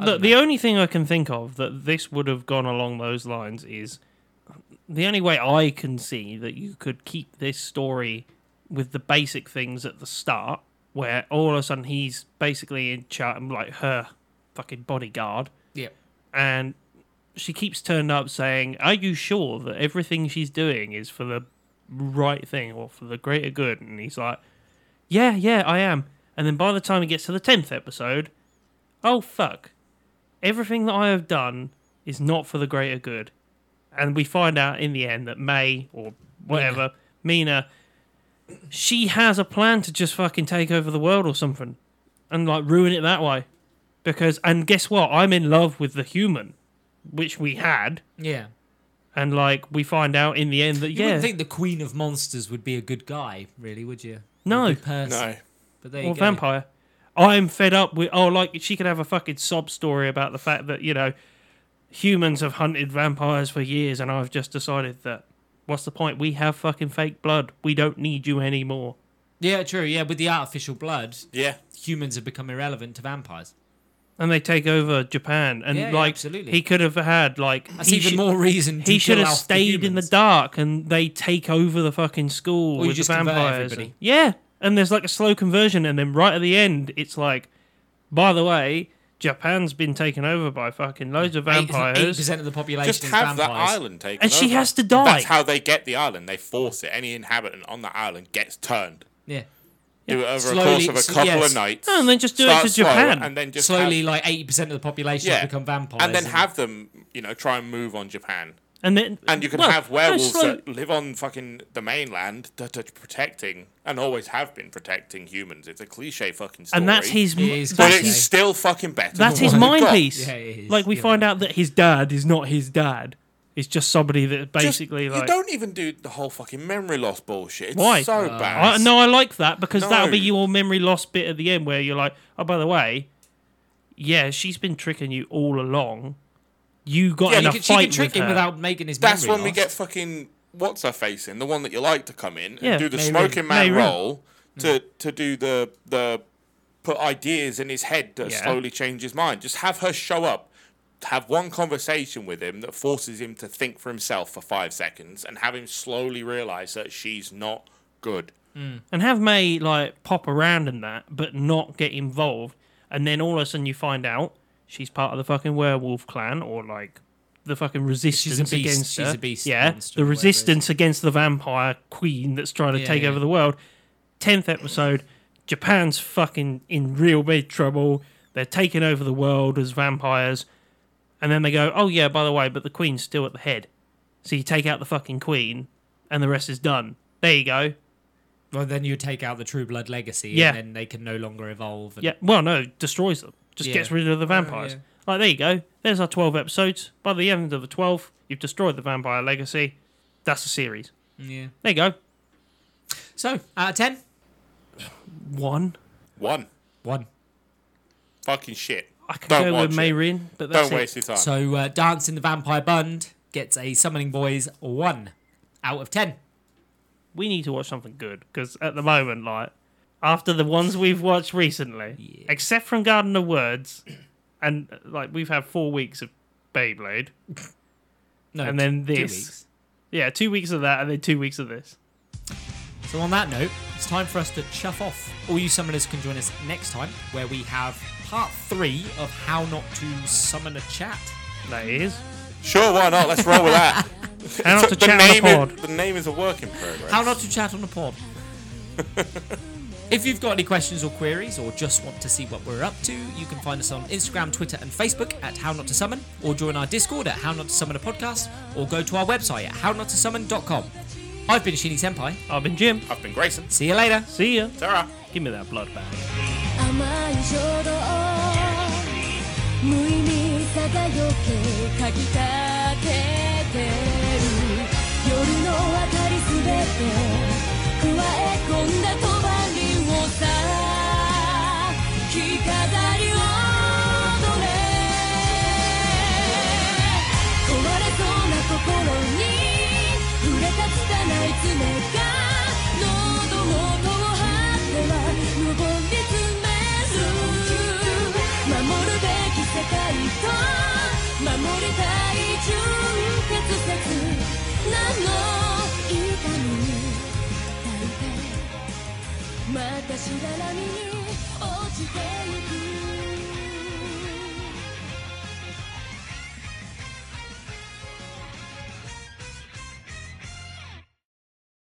B: Look, the only thing I can think of that this would have gone along those lines is the only way I can see that you could keep this story with the basic things at the start, where all of a sudden he's basically in charge, like her fucking bodyguard,
A: Yeah.
B: and she keeps turning up saying, "Are you sure that everything she's doing is for the right thing or for the greater good?" And he's like, "Yeah, yeah, I am." And then by the time he gets to the tenth episode, oh fuck, everything that I have done is not for the greater good. And we find out in the end that May or whatever Mina, she has a plan to just fucking take over the world or something, and like ruin it that way. Because and guess what? I'm in love with the human which we had,
A: Yeah.
B: and like we find out in the end that
A: You
B: yeah,
A: wouldn't think the Queen of Monsters would be a good guy, really, would you?
B: No.
A: Or a good person.
C: No.
A: But there you
B: or
A: go.
B: vampire. I'm fed up with oh, like she could have a fucking sob story about the fact that you know humans have hunted vampires for years, and I've just decided that what's the point? We have fucking fake blood. We don't need you anymore.
A: Yeah, true. Yeah, with the artificial blood,
C: Yeah.
A: humans have become irrelevant to vampires.
B: And they take over Japan, and
A: Yeah, yeah,
B: like
A: absolutely.
B: he could have had like
A: That's
B: he
A: even
B: should-
A: more reason to
B: He
A: kill
B: should have
A: off the
B: stayed in the
A: humans.
B: dark, and they take over the fucking school
A: Or you
B: with
A: just
B: the
A: convert
B: vampires.
A: everybody.
B: Yeah, and there's like a slow conversion, and then right at the end, it's like, by the way, Japan's been taken over by fucking loads of
A: Eight
B: vampires,
A: percent of the population
C: Just
A: is
C: have that
A: vampires.
C: island taken
B: and she
C: over.
B: has to die.
C: That's how they get the island. They force it. Any inhabitant on the island gets turned.
A: Yeah.
C: Do it over
A: Slowly,
C: a course of a
A: s-
C: couple
A: yes.
C: of nights.
B: No, and then just do it
C: Start
B: to
C: slow,
B: Japan.
C: and then just
A: Slowly,
C: have-
A: like eighty percent of the population
C: yeah,
A: have become vampires.
C: and then have them, you know, try and move on Japan.
B: and then
C: And you can
B: well,
C: have
B: no,
C: werewolves
B: slow-
C: that live on fucking the mainland that are protecting and always have been protecting humans. It's a cliche fucking story.
B: and that's his.
A: It is
C: But
B: That's
A: cliche.
C: it's
B: his.
C: still fucking better.
B: That's
C: than
B: his
C: *laughs* what we've
B: mind
C: got.
B: piece.
A: Yeah, it is.
B: Like we
A: Yeah.
B: find out that his dad is not his dad. It's just somebody that
C: Just-
B: basically like
C: you don't even do the whole fucking memory loss bullshit. It's
B: Why?
C: so
B: I,
C: bad.
B: no, I like that because that'll be
C: No.
B: your memory loss bit at the end where you're like, oh, by the way, yeah, she's been tricking you all along. You got
C: Yeah,
B: in
A: You
B: a
A: can, she
B: fight
A: can trick
B: with
A: him
B: her.
A: without making his.
C: That's
A: memory
C: when we
A: lost.
C: get fucking what's her face in the one that you like to come in and
B: Yeah,
C: do the
A: Mei
C: smoking
A: Rin.
C: man
B: Mei Mm. Rin.
C: role to to do the the put ideas in his head to
B: Yeah.
C: slowly change his mind. Just have her show up, have one conversation with him that forces him to think for himself for five seconds, and have him slowly realize that she's not good.
B: and have May like pop around in that, but not get involved. And then all of a sudden you find out she's part of the fucking werewolf clan or like the fucking resistance
A: beast.
B: against
A: She's
B: her.
A: a beast
B: Yeah,
A: monster
B: the
A: or whatever it is.
B: resistance against the vampire queen that's trying to
A: Yeah,
B: take
A: yeah.
B: over the world. Tenth episode, Japan's fucking in real big trouble. They're taking over the world as vampires, and then they go, "Oh yeah, by the way, but the queen's still at the head." So you take out the fucking queen, and the rest is done. There you go.
A: Well, then you take out the True Blood legacy,
B: Yeah.
A: and then they can no longer evolve. And
B: Yeah. Well, no, destroys them. Just
A: Yeah. Oh,
B: gets rid of the vampires.
A: yeah.
B: Like there you go. There's our twelve episodes. By the end of the twelve, you've destroyed the vampire legacy. That's the series.
A: yeah.
B: There you go.
A: So out of ten,
B: One.
C: One
A: one.
C: fucking shit.
B: I could
C: Don't
B: go with
C: watch it.
B: Mayrin, but that's
C: Don't waste your time.
A: So uh, Dance in the Vampire Bund gets a Summoning Boys one out of ten.
B: it. We need to watch something good because at the moment, like after the ones we've watched recently, except from Garden of Words, and like we've had four weeks of Beyblade.
A: No,
B: And then
A: two
B: this.
A: weeks.
B: Yeah, two weeks of that, and then two weeks of this.
A: So on that note, it's time for us to chuff off. All you summoners can join us next time, where we have part three of how not to summon a chat.
B: That
C: *laughs*
B: is.
C: Sure, why not? Let's roll with that.
B: And after
C: the
B: chat on *laughs* the
C: name
B: pod.
C: is, the name is a work in progress.
A: How not to chat on a pod. if you've got any questions or queries, or just want to see what we're up to, you can find us on Instagram, Twitter, and Facebook at How Not to Summon, or join our Discord at How Not to Summon a Podcast, or go to our website at HowNotToSummon.com. I've been Shinny Senpai.
B: I've been Jim.
C: I've been Grayson.
A: See you later.
B: See ya.
C: Sarah.
B: Give me that blood bag.
D: 甘い衝動無意味さが余計かきたててる夜の明かりすべて加え込んだ帳をさ着飾り踊れ壊れそうな心に触れた拙い爪が喉元を張っては上り詰める守るべき世界と守りたい純潔切なの痛みに抱いてまたしがらみに落ちてゆく